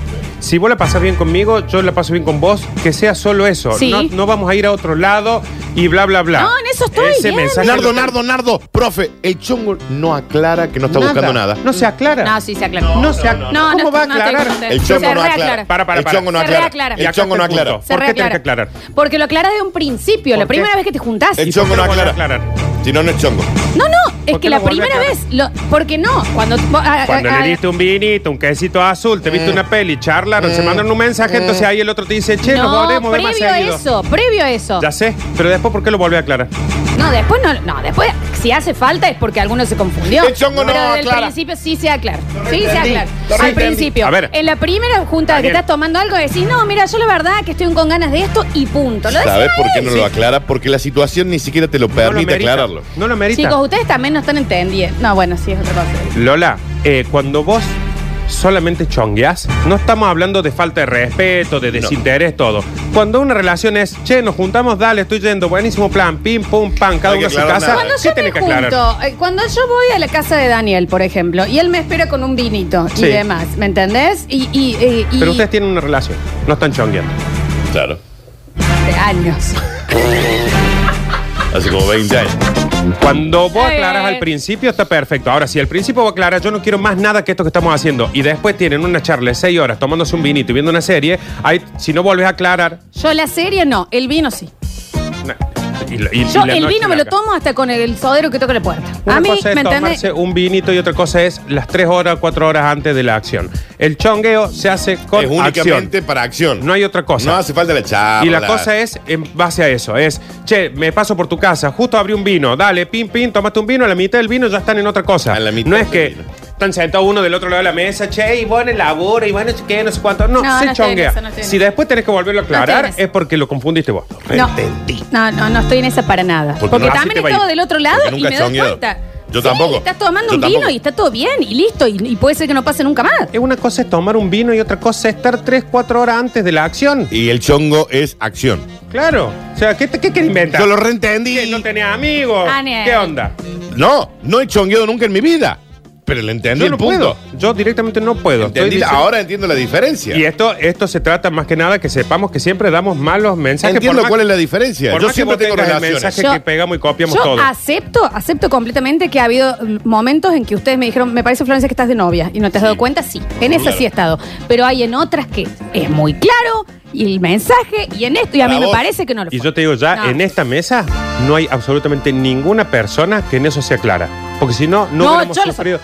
[SPEAKER 2] Si vos la pasás bien conmigo, yo la paso bien con vos, que sea solo eso.
[SPEAKER 1] Sí.
[SPEAKER 2] No, no vamos a ir a otro lado y bla, bla, bla.
[SPEAKER 1] No, en eso estoy,
[SPEAKER 2] Ese
[SPEAKER 1] bien.
[SPEAKER 2] mensaje
[SPEAKER 3] Nardo,
[SPEAKER 2] lo-
[SPEAKER 3] Nardo, Nardo, profe, el chongo no aclara que no está buscando nada.
[SPEAKER 2] No se aclara.
[SPEAKER 1] No, sí se aclara.
[SPEAKER 2] No, se ac-
[SPEAKER 1] No,
[SPEAKER 2] ¿Cómo
[SPEAKER 1] no,
[SPEAKER 2] va a
[SPEAKER 1] no estoy
[SPEAKER 2] aclarar?
[SPEAKER 1] contenta.
[SPEAKER 3] El
[SPEAKER 1] Se
[SPEAKER 3] chongo no aclara.
[SPEAKER 1] reaclara.
[SPEAKER 2] Para, para,
[SPEAKER 3] el
[SPEAKER 2] para.
[SPEAKER 3] chongo no
[SPEAKER 1] Se
[SPEAKER 3] aclara.
[SPEAKER 1] reaclara.
[SPEAKER 2] Y
[SPEAKER 3] El
[SPEAKER 2] acá
[SPEAKER 3] chongo no
[SPEAKER 2] está el punto.
[SPEAKER 3] aclara.
[SPEAKER 1] Se
[SPEAKER 2] ¿Por qué tenés
[SPEAKER 1] reaclara.
[SPEAKER 2] que aclarar?
[SPEAKER 1] Porque lo aclaras de un principio,
[SPEAKER 2] ¿Por
[SPEAKER 1] la
[SPEAKER 2] qué?
[SPEAKER 1] primera vez que te juntás.
[SPEAKER 3] El
[SPEAKER 2] ¿Y por
[SPEAKER 3] chongo
[SPEAKER 2] qué
[SPEAKER 3] no
[SPEAKER 2] lo volvés a
[SPEAKER 3] aclara.
[SPEAKER 2] aclarar?
[SPEAKER 3] Si no, no es chongo.
[SPEAKER 1] No, no, es que
[SPEAKER 2] ¿Por qué
[SPEAKER 1] la
[SPEAKER 2] lo volvés a
[SPEAKER 1] primera
[SPEAKER 2] aclarar?
[SPEAKER 1] vez. lo- porque no, cuando. ah, ah,
[SPEAKER 2] Cuando
[SPEAKER 1] ah,
[SPEAKER 2] le diste un vinito, un quesito azul, te
[SPEAKER 1] Eh.
[SPEAKER 2] viste una peli, charlaron, se mandaron un mensaje, entonces ahí el otro te dice, che, nos
[SPEAKER 1] no,
[SPEAKER 2] volvemos a ver más
[SPEAKER 1] previo a
[SPEAKER 2] seguido.
[SPEAKER 1] eso, previo a eso.
[SPEAKER 2] Ya sé, pero después, ¿por qué lo volví a aclarar?
[SPEAKER 1] No, después no, no, después si hace falta es porque alguno se confundió.
[SPEAKER 3] El chongo no
[SPEAKER 1] Pero desde
[SPEAKER 3] aclara.
[SPEAKER 1] el principio sí se aclara. Sí se
[SPEAKER 3] reentendí,
[SPEAKER 1] aclara.
[SPEAKER 3] lo
[SPEAKER 1] Al
[SPEAKER 3] reentendí.
[SPEAKER 1] principio.
[SPEAKER 2] A ver.
[SPEAKER 1] En la primera junta
[SPEAKER 2] Daniel.
[SPEAKER 1] que estás tomando algo decís, no, mira, yo la verdad que estoy con ganas de esto y punto. Lo decís
[SPEAKER 3] ¿Sabes por qué
[SPEAKER 1] ahí.
[SPEAKER 3] no lo aclara? Porque la situación ni siquiera te lo permite
[SPEAKER 2] merita.
[SPEAKER 3] aclararlo.
[SPEAKER 2] No lo merita.
[SPEAKER 1] Chicos, ustedes también no están entendiendo. No, bueno, sí, es otra cosa.
[SPEAKER 2] Lola, eh, cuando vos solamente chongueás, no estamos hablando de falta de respeto, de desinterés, todo. Cuando una relación es, che, nos juntamos, dale, estoy yendo, buenísimo plan, pim, pum, pan, cada
[SPEAKER 3] Hay
[SPEAKER 2] uno
[SPEAKER 3] que
[SPEAKER 2] a su
[SPEAKER 3] aclarar
[SPEAKER 2] casa.
[SPEAKER 3] nada.
[SPEAKER 1] Cuando
[SPEAKER 2] ¿Qué
[SPEAKER 1] yo me
[SPEAKER 2] tenés que aclarar?
[SPEAKER 1] junto, eh, cuando yo voy a la casa de Daniel, por ejemplo, y él me espera con un vinito
[SPEAKER 2] Sí.
[SPEAKER 1] y demás, ¿me entendés? Y, y, eh, y- y-
[SPEAKER 2] Pero ustedes tienen una relación, no están chongueando.
[SPEAKER 3] Claro.
[SPEAKER 1] de años.
[SPEAKER 3] Hace como 20 años.
[SPEAKER 2] Cuando vos
[SPEAKER 1] Está
[SPEAKER 2] aclaras
[SPEAKER 1] bien.
[SPEAKER 2] al principio, está perfecto. Ahora, si al principio vos aclaras, yo no quiero más nada que esto que estamos haciendo, y después tienen una charla de seis horas tomándose un vinito y viendo una serie, ahí, si no volvés a aclarar.
[SPEAKER 1] Yo la serie no, el vino sí.
[SPEAKER 2] na- y la- y-
[SPEAKER 1] Yo
[SPEAKER 2] y la
[SPEAKER 1] el
[SPEAKER 2] noche
[SPEAKER 1] vino me lo
[SPEAKER 2] larga.
[SPEAKER 1] tomo hasta con el sodero que toca la puerta.
[SPEAKER 2] Una
[SPEAKER 1] a mí,
[SPEAKER 2] cosa es
[SPEAKER 1] ¿me entendés?
[SPEAKER 2] tomarse un vinito y otra cosa es las tres horas, cuatro horas antes de la acción. El chongueo se hace con
[SPEAKER 3] es únicamente
[SPEAKER 2] acción.
[SPEAKER 3] para acción.
[SPEAKER 2] No hay otra cosa.
[SPEAKER 3] No hace falta la charla.
[SPEAKER 2] Y la cosa es en base a eso, es, che, me paso por tu casa, justo abrí un vino, dale, pim, pim, tomaste un vino, a la mitad del vino ya están en otra cosa.
[SPEAKER 3] A la mitad
[SPEAKER 2] no es
[SPEAKER 3] del
[SPEAKER 2] que
[SPEAKER 3] vino.
[SPEAKER 2] están sentados uno del otro lado de la mesa, che, y bueno, el laburo, y bueno, qué, no sé cuánto. No,
[SPEAKER 1] No,
[SPEAKER 2] se
[SPEAKER 1] no estoy en
[SPEAKER 2] chonguea.
[SPEAKER 1] eso, no estoy en
[SPEAKER 2] si
[SPEAKER 1] eso.
[SPEAKER 2] después tenés que volverlo a aclarar,
[SPEAKER 1] estoy en
[SPEAKER 2] es porque lo confundiste vos.
[SPEAKER 1] No. No, no, no estoy en esa para nada.
[SPEAKER 3] Porque
[SPEAKER 1] Porque,
[SPEAKER 3] no,
[SPEAKER 2] así te
[SPEAKER 1] también
[SPEAKER 2] va a
[SPEAKER 1] estaba
[SPEAKER 2] ir.
[SPEAKER 1] del otro lado
[SPEAKER 3] Porque
[SPEAKER 1] y
[SPEAKER 3] nunca
[SPEAKER 1] me doy
[SPEAKER 3] chongueo.
[SPEAKER 1] cuenta.
[SPEAKER 3] Yo
[SPEAKER 1] Sí,
[SPEAKER 3] tampoco.
[SPEAKER 1] Estás tomando
[SPEAKER 3] Yo
[SPEAKER 1] un
[SPEAKER 3] tampoco.
[SPEAKER 1] vino y está todo bien y listo. Y, y puede ser que no pase nunca más.
[SPEAKER 2] Es una cosa es tomar un vino y otra cosa es estar tres, cuatro horas antes de la acción.
[SPEAKER 3] Y el chongo es acción.
[SPEAKER 2] Claro. O sea, ¿qué, te- qué querés inventar?
[SPEAKER 3] Yo lo reentendí.
[SPEAKER 2] ¿Qué, no tenía amigos.
[SPEAKER 1] Daniel.
[SPEAKER 2] ¿Qué onda?
[SPEAKER 3] No, no he chongueado nunca en mi vida. pero le entendí
[SPEAKER 2] Yo
[SPEAKER 3] el
[SPEAKER 2] no
[SPEAKER 3] punto.
[SPEAKER 2] puedo. Yo directamente no puedo. Estoy
[SPEAKER 3] Entendí,
[SPEAKER 2] diciendo-
[SPEAKER 3] ahora entiendo la diferencia.
[SPEAKER 2] Y esto, esto se trata más que nada que sepamos que siempre damos malos mensajes.
[SPEAKER 3] Entiendo
[SPEAKER 2] por más-
[SPEAKER 3] cuál es la diferencia.
[SPEAKER 2] por
[SPEAKER 3] Yo
[SPEAKER 2] más que
[SPEAKER 3] siempre
[SPEAKER 2] vos
[SPEAKER 3] tengo
[SPEAKER 2] tengas el
[SPEAKER 3] relaciones.
[SPEAKER 2] mensaje que pegamos y copiamos
[SPEAKER 1] yo
[SPEAKER 2] todo.
[SPEAKER 1] acepto, acepto completamente que ha habido mm, momentos en que ustedes me dijeron, me parece, Florencia, que estás de novia. Y no te has dado cuenta, sí. En esa sí he estado. Pero hay en otras que es muy claro, y el mensaje, y en esto, y a
[SPEAKER 3] Para
[SPEAKER 1] mí me
[SPEAKER 3] vos.
[SPEAKER 1] parece que no lo
[SPEAKER 2] Y
[SPEAKER 1] fue.
[SPEAKER 2] yo te digo, ya
[SPEAKER 1] No.
[SPEAKER 2] en esta mesa no hay absolutamente ninguna persona que en eso sea clara. Porque si no, no,
[SPEAKER 1] No,
[SPEAKER 2] hubiéramos
[SPEAKER 1] yo lo
[SPEAKER 2] sufrido.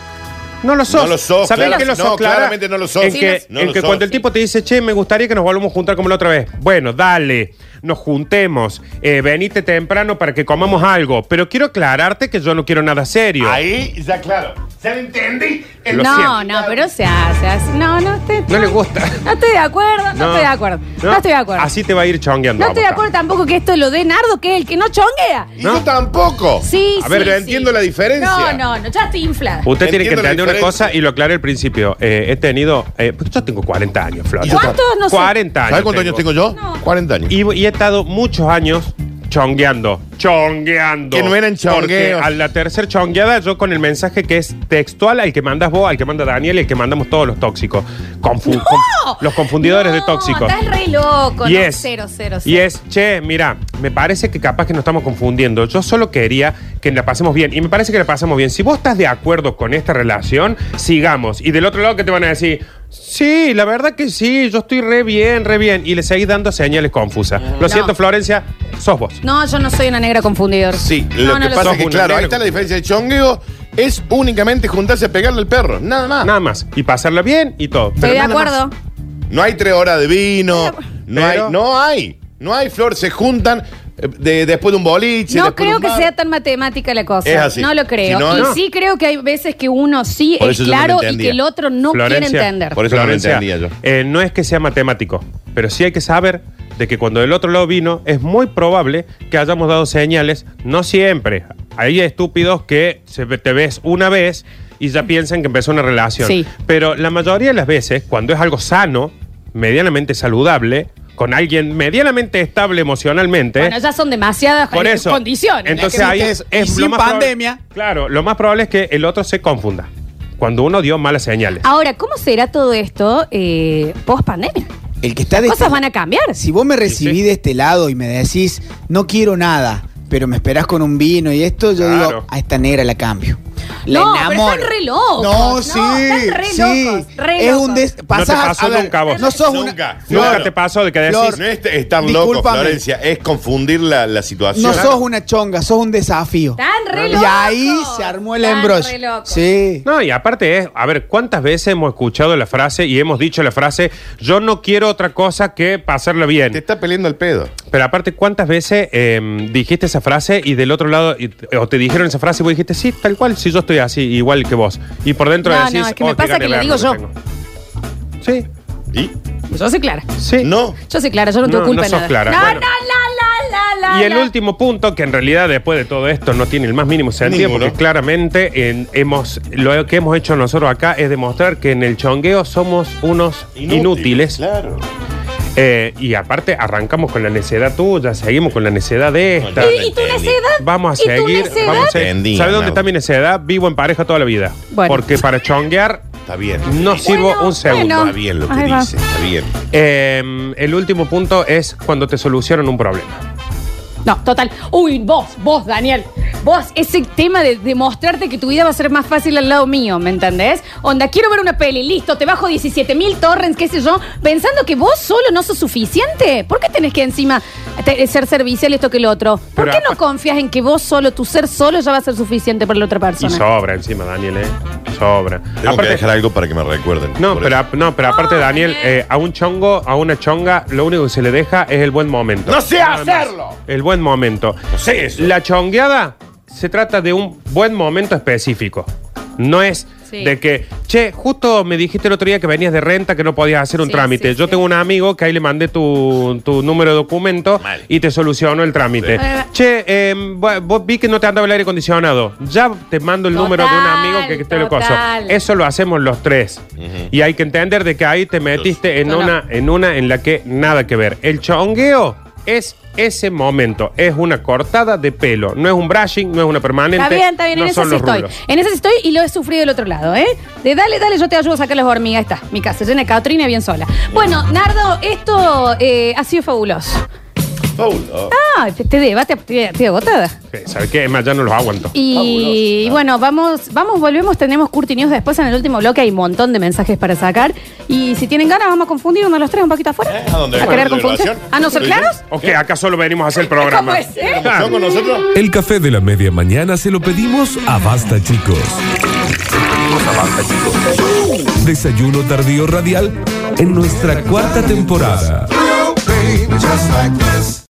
[SPEAKER 2] No lo sos.
[SPEAKER 3] No lo sos,
[SPEAKER 2] ¿Sabés
[SPEAKER 3] claro.
[SPEAKER 2] que lo
[SPEAKER 3] No,
[SPEAKER 2] sos, Clara?
[SPEAKER 3] claramente no lo sos.
[SPEAKER 2] En
[SPEAKER 1] Sí,
[SPEAKER 2] que,
[SPEAKER 3] no
[SPEAKER 2] en
[SPEAKER 3] lo
[SPEAKER 2] que
[SPEAKER 3] sos.
[SPEAKER 2] cuando el tipo te dice, che, me gustaría que nos volvamos a juntar como la otra vez. Bueno, dale, nos juntemos. Eh, venite temprano para que comamos algo. Pero quiero aclararte que yo no quiero nada serio.
[SPEAKER 3] Ahí, ya claro. Ya lo entendí.
[SPEAKER 2] lo
[SPEAKER 1] no,
[SPEAKER 2] siento.
[SPEAKER 1] no, pero se hace. se hace. No, no, te-
[SPEAKER 2] No le gusta.
[SPEAKER 1] No estoy de acuerdo, no, estoy de acuerdo. No, estoy de acuerdo.
[SPEAKER 2] Así te va a ir chongueando.
[SPEAKER 1] no estoy de
[SPEAKER 2] a vos,
[SPEAKER 1] acuerdo tampoco que esto lo dé Nardo, que es el que no chonguea.
[SPEAKER 3] Y
[SPEAKER 2] ¿No?
[SPEAKER 3] yo tampoco.
[SPEAKER 1] Sí,
[SPEAKER 3] A ver,
[SPEAKER 1] sí,
[SPEAKER 3] pero
[SPEAKER 1] sí.
[SPEAKER 3] entiendo la diferencia.
[SPEAKER 1] No, no, no, ya estoy inflada.
[SPEAKER 2] Usted tiene que
[SPEAKER 3] Entiendo la
[SPEAKER 2] entender una
[SPEAKER 3] diferencia.
[SPEAKER 2] cosa y lo aclaré al principio. Eh, he tenido. eh, pues yo tengo 40 años, Flor.
[SPEAKER 1] ¿Cuántos? No sé.
[SPEAKER 2] 40 años.
[SPEAKER 3] ¿Sabes cuántos años tengo yo?
[SPEAKER 1] No.
[SPEAKER 3] 40 años.
[SPEAKER 2] Y, y he estado muchos años chongueando. Chongueando.
[SPEAKER 3] Que no eran chongueos.
[SPEAKER 2] Porque a la tercera chongueada, yo con el mensaje que es textual al que mandas vos, al que manda Daniel y al que mandamos todos los tóxicos. Confu- con- los confundidores de
[SPEAKER 1] No,
[SPEAKER 2] tóxicos.
[SPEAKER 1] Estás re loco,
[SPEAKER 2] Y
[SPEAKER 1] no,
[SPEAKER 2] es,
[SPEAKER 1] cero, cero,
[SPEAKER 2] y
[SPEAKER 1] cero.
[SPEAKER 2] es, che, mira, me parece que capaz que nos estamos confundiendo. Yo solo quería que la pasemos bien. Y me parece que la pasamos bien. Si vos estás de acuerdo con esta relación, sigamos. Y del otro lado, ¿qué te van a decir? Sí, la verdad que sí, yo estoy re bien, re bien. Y le seguís dando señales confusas. Lo
[SPEAKER 1] No.
[SPEAKER 2] siento, Florencia, sos vos.
[SPEAKER 1] No, yo no soy una negra confundidor.
[SPEAKER 3] Sí,
[SPEAKER 1] No,
[SPEAKER 3] lo
[SPEAKER 1] no
[SPEAKER 3] que pasa
[SPEAKER 1] soy.
[SPEAKER 3] es que,
[SPEAKER 2] Sos un
[SPEAKER 3] claro,
[SPEAKER 2] negro.
[SPEAKER 3] ahí está la diferencia. El chongueo es únicamente juntarse a pegarle al perro. Nada más.
[SPEAKER 2] Nada más. Y pasarla bien y todo.
[SPEAKER 1] Estoy
[SPEAKER 2] Pero
[SPEAKER 1] de
[SPEAKER 2] nada
[SPEAKER 1] acuerdo.
[SPEAKER 2] más.
[SPEAKER 3] No hay tres horas de vino. No hay,
[SPEAKER 2] Pero-
[SPEAKER 3] no hay. No hay flor. Se juntan eh, de- después de un boliche.
[SPEAKER 1] No
[SPEAKER 3] después de
[SPEAKER 1] creo
[SPEAKER 3] un
[SPEAKER 1] que
[SPEAKER 3] bar.
[SPEAKER 1] sea tan matemática la cosa.
[SPEAKER 3] Es así.
[SPEAKER 1] No lo creo.
[SPEAKER 3] Si no,
[SPEAKER 1] y
[SPEAKER 3] no.
[SPEAKER 1] sí creo que hay veces que uno sí
[SPEAKER 3] Por
[SPEAKER 1] es
[SPEAKER 3] eso yo no lo
[SPEAKER 1] claro y
[SPEAKER 3] entendía.
[SPEAKER 1] que el otro no
[SPEAKER 2] Florencia,
[SPEAKER 1] quiere entender.
[SPEAKER 3] Por eso no lo
[SPEAKER 2] Florencia,
[SPEAKER 3] entendía yo.
[SPEAKER 2] eh, no es que sea matemático, pero sí hay que saber de que cuando del otro lado vino, es muy probable que hayamos dado señales, no siempre. Hay estúpidos que se, ve- te ves una vez y ya piensan que empezó una relación.
[SPEAKER 1] Sí.
[SPEAKER 2] Pero la mayoría de las veces, cuando es algo sano, medianamente saludable, con alguien medianamente estable emocionalmente,
[SPEAKER 1] Bueno, ya son demasiadas
[SPEAKER 2] ¿Eh? por eso.
[SPEAKER 1] condiciones.
[SPEAKER 2] Entonces
[SPEAKER 6] La que
[SPEAKER 2] ahí
[SPEAKER 6] viste
[SPEAKER 2] es
[SPEAKER 6] es- y
[SPEAKER 2] lo
[SPEAKER 6] sin
[SPEAKER 2] más probable-
[SPEAKER 6] pandemia.
[SPEAKER 2] claro, lo más probable es que el otro se confunda cuando uno dio malas señales.
[SPEAKER 1] Ahora, ¿cómo será todo esto eh, post pandemia?
[SPEAKER 6] El que está
[SPEAKER 1] Las
[SPEAKER 6] de
[SPEAKER 1] cosas van a cambiar.
[SPEAKER 6] Si vos me recibís
[SPEAKER 2] Sí.
[SPEAKER 6] de este lado y me decís, no quiero nada, pero me esperás con un vino y esto, yo
[SPEAKER 2] Claro.
[SPEAKER 6] digo, a esta negra la cambio. La
[SPEAKER 1] No, pero
[SPEAKER 6] enamoro.
[SPEAKER 1] están re locos. No,
[SPEAKER 6] No, sí.
[SPEAKER 1] están re
[SPEAKER 6] sí.
[SPEAKER 1] locos, re
[SPEAKER 6] es
[SPEAKER 1] locos.
[SPEAKER 6] un des...
[SPEAKER 1] No
[SPEAKER 2] te
[SPEAKER 6] pasás a-
[SPEAKER 2] pasó
[SPEAKER 6] a ver,
[SPEAKER 2] nunca a vos.
[SPEAKER 6] No sos una-
[SPEAKER 3] Nunca.
[SPEAKER 2] Nunca
[SPEAKER 3] Claro.
[SPEAKER 2] te pasó de que decís,
[SPEAKER 6] Flor,
[SPEAKER 3] No es estar loco,
[SPEAKER 6] Discúlpame.
[SPEAKER 3] Florencia. Es confundir la, la situación.
[SPEAKER 6] No sos una chonga, sos un desafío.
[SPEAKER 1] Están re
[SPEAKER 6] Y ahí
[SPEAKER 1] locos.
[SPEAKER 6] se armó el
[SPEAKER 1] Están
[SPEAKER 6] embrollo.
[SPEAKER 1] re locos.
[SPEAKER 6] Sí.
[SPEAKER 2] No, y aparte es, a ver, ¿cuántas veces hemos escuchado la frase y hemos dicho la frase, yo no quiero otra cosa que pasarla
[SPEAKER 3] Te
[SPEAKER 2] bien?
[SPEAKER 3] está peleando el pedo.
[SPEAKER 2] Pero aparte, ¿cuántas veces eh, dijiste esa frase y del otro lado, y- o te dijeron esa frase y vos dijiste, sí, tal cual, sí, yo estoy así, igual que vos? Y por dentro
[SPEAKER 1] No,
[SPEAKER 2] decís, "Oh,
[SPEAKER 1] no, es que me
[SPEAKER 2] qué
[SPEAKER 1] pasa
[SPEAKER 2] gana
[SPEAKER 1] que
[SPEAKER 2] de
[SPEAKER 1] lo
[SPEAKER 2] verlo
[SPEAKER 1] digo yo.
[SPEAKER 2] tengo". Sí,
[SPEAKER 3] ¿Y?
[SPEAKER 1] pues Yo soy clara.
[SPEAKER 2] sí.
[SPEAKER 3] No.
[SPEAKER 1] Yo soy clara, yo no,
[SPEAKER 2] No,
[SPEAKER 1] tengo culpa
[SPEAKER 2] no
[SPEAKER 1] en
[SPEAKER 2] sos
[SPEAKER 1] nada.
[SPEAKER 2] clara.
[SPEAKER 1] No,
[SPEAKER 2] Bueno.
[SPEAKER 1] no, la, la, la, la.
[SPEAKER 2] Y el último punto, que en realidad después de todo esto no tiene el más mínimo sentido,
[SPEAKER 3] Ninguno.
[SPEAKER 2] porque claramente en- hemos, lo que hemos hecho nosotros acá es demostrar que en el chongueo somos unos inútiles.
[SPEAKER 3] Claro.
[SPEAKER 2] Eh, y aparte arrancamos con la necedad tuya, seguimos con la necedad de esta.
[SPEAKER 3] No,
[SPEAKER 1] ¿Y tu necedad?
[SPEAKER 2] Vamos a
[SPEAKER 1] ¿Y tu
[SPEAKER 2] seguir.
[SPEAKER 1] necedad?
[SPEAKER 2] Vamos a
[SPEAKER 3] Entendí,
[SPEAKER 2] seguir. ¿Sabes dónde
[SPEAKER 3] Nau.
[SPEAKER 2] está mi necedad? Vivo en pareja toda la vida.
[SPEAKER 1] Bueno.
[SPEAKER 2] Porque para chonguear
[SPEAKER 3] Está bien.
[SPEAKER 2] no sirvo
[SPEAKER 1] Bueno,
[SPEAKER 2] un segundo.
[SPEAKER 1] bueno.
[SPEAKER 3] Está bien lo que
[SPEAKER 1] Ahí va.
[SPEAKER 3] dice. Está bien.
[SPEAKER 2] Eh, el último punto es cuando te solucionan un problema.
[SPEAKER 1] No, total. Uy, vos, vos, Daniel. Vos, ese tema de demostrarte que tu vida va a ser más fácil al lado mío, ¿me entendés? Onda, quiero ver una peli, listo, te bajo 17 mil torrents, qué sé yo, pensando que vos solo no sos suficiente. ¿Por qué tenés que encima te- ser servicial esto que el otro? ¿Por
[SPEAKER 2] Pero
[SPEAKER 1] qué no
[SPEAKER 2] apa-
[SPEAKER 1] confías en que vos solo, tu ser solo ya va a ser suficiente para la otra
[SPEAKER 2] Y
[SPEAKER 1] persona?
[SPEAKER 2] sobra encima, Daniel, ¿eh? Sobra.
[SPEAKER 3] Tengo que dejar algo para que me recuerden.
[SPEAKER 2] No
[SPEAKER 3] Por
[SPEAKER 2] pero,
[SPEAKER 3] eso.
[SPEAKER 2] ap- no, pero aparte, Daniel, eh, a un chongo, a una chonga, lo único que se le deja es el buen momento.
[SPEAKER 3] ¡No sé
[SPEAKER 2] Nada más.
[SPEAKER 3] hacerlo!
[SPEAKER 2] El buen momento.
[SPEAKER 3] No sé eso.
[SPEAKER 2] La chongueada se trata de un buen momento específico. No es
[SPEAKER 1] Sí.
[SPEAKER 2] de que, che, justo me dijiste el otro día que venías de renta, que no podías hacer un
[SPEAKER 1] Sí,
[SPEAKER 2] trámite.
[SPEAKER 1] sí,
[SPEAKER 2] Yo
[SPEAKER 1] sí.
[SPEAKER 2] tengo un amigo que ahí le mandé tu, tu número de documento
[SPEAKER 3] Mal.
[SPEAKER 2] y te solucionó el trámite.
[SPEAKER 3] Sí.
[SPEAKER 1] Eh.
[SPEAKER 2] Che, eh, vos- vos vi que no te andaba el aire acondicionado. Ya te mando el número de un
[SPEAKER 1] Total,
[SPEAKER 2] amigo que, que te lo coso.
[SPEAKER 1] total.
[SPEAKER 2] Eso lo hacemos los tres. Y hay que entender de que ahí te metiste en
[SPEAKER 1] No, no.
[SPEAKER 2] una, en una en la que nada que ver. El chongueo es ese momento. Es una cortada de pelo. No es un brushing, no es una permanente.
[SPEAKER 1] Está bien, está bien,
[SPEAKER 2] no
[SPEAKER 1] en
[SPEAKER 2] son
[SPEAKER 1] esas
[SPEAKER 2] los
[SPEAKER 1] estoy.
[SPEAKER 2] rulos.
[SPEAKER 1] En esas estoy y lo he sufrido del otro lado, ¿eh? De dale, dale, yo te ayudo a sacar las hormigas. Ahí Está, mi casa llena de Catrina bien sola. Bueno, Nardo, esto eh, ha sido fabuloso.
[SPEAKER 3] Paulo.
[SPEAKER 1] Ah, este debate estoy estoy agotada.
[SPEAKER 2] Sí, ¿Sabes Eh, qué? Es más, ya no los aguanto.
[SPEAKER 1] Y bueno, vamos, vamos, volvemos, tenemos Curti News después en el último bloque, hay un montón de mensajes para sacar. Y si tienen ganas, vamos a confundir uno de los tres un poquito afuera.
[SPEAKER 3] ¿Eh? ¿A dónde?
[SPEAKER 1] querer
[SPEAKER 3] ¿A la
[SPEAKER 1] confundir?
[SPEAKER 3] grabación?
[SPEAKER 1] ¿A Ah, no ser
[SPEAKER 3] ¿Sí?
[SPEAKER 1] claros?
[SPEAKER 2] Ok, acá solo venimos a hacer el programa.
[SPEAKER 1] ¿Cómo es, eh?
[SPEAKER 2] Ah,
[SPEAKER 3] ¿Son con nosotros?
[SPEAKER 4] El café de la media mañana se lo pedimos a Basta Chicos. Desayuno tardío radial en nuestra cuarta temporada.
[SPEAKER 5] Baby, just like this.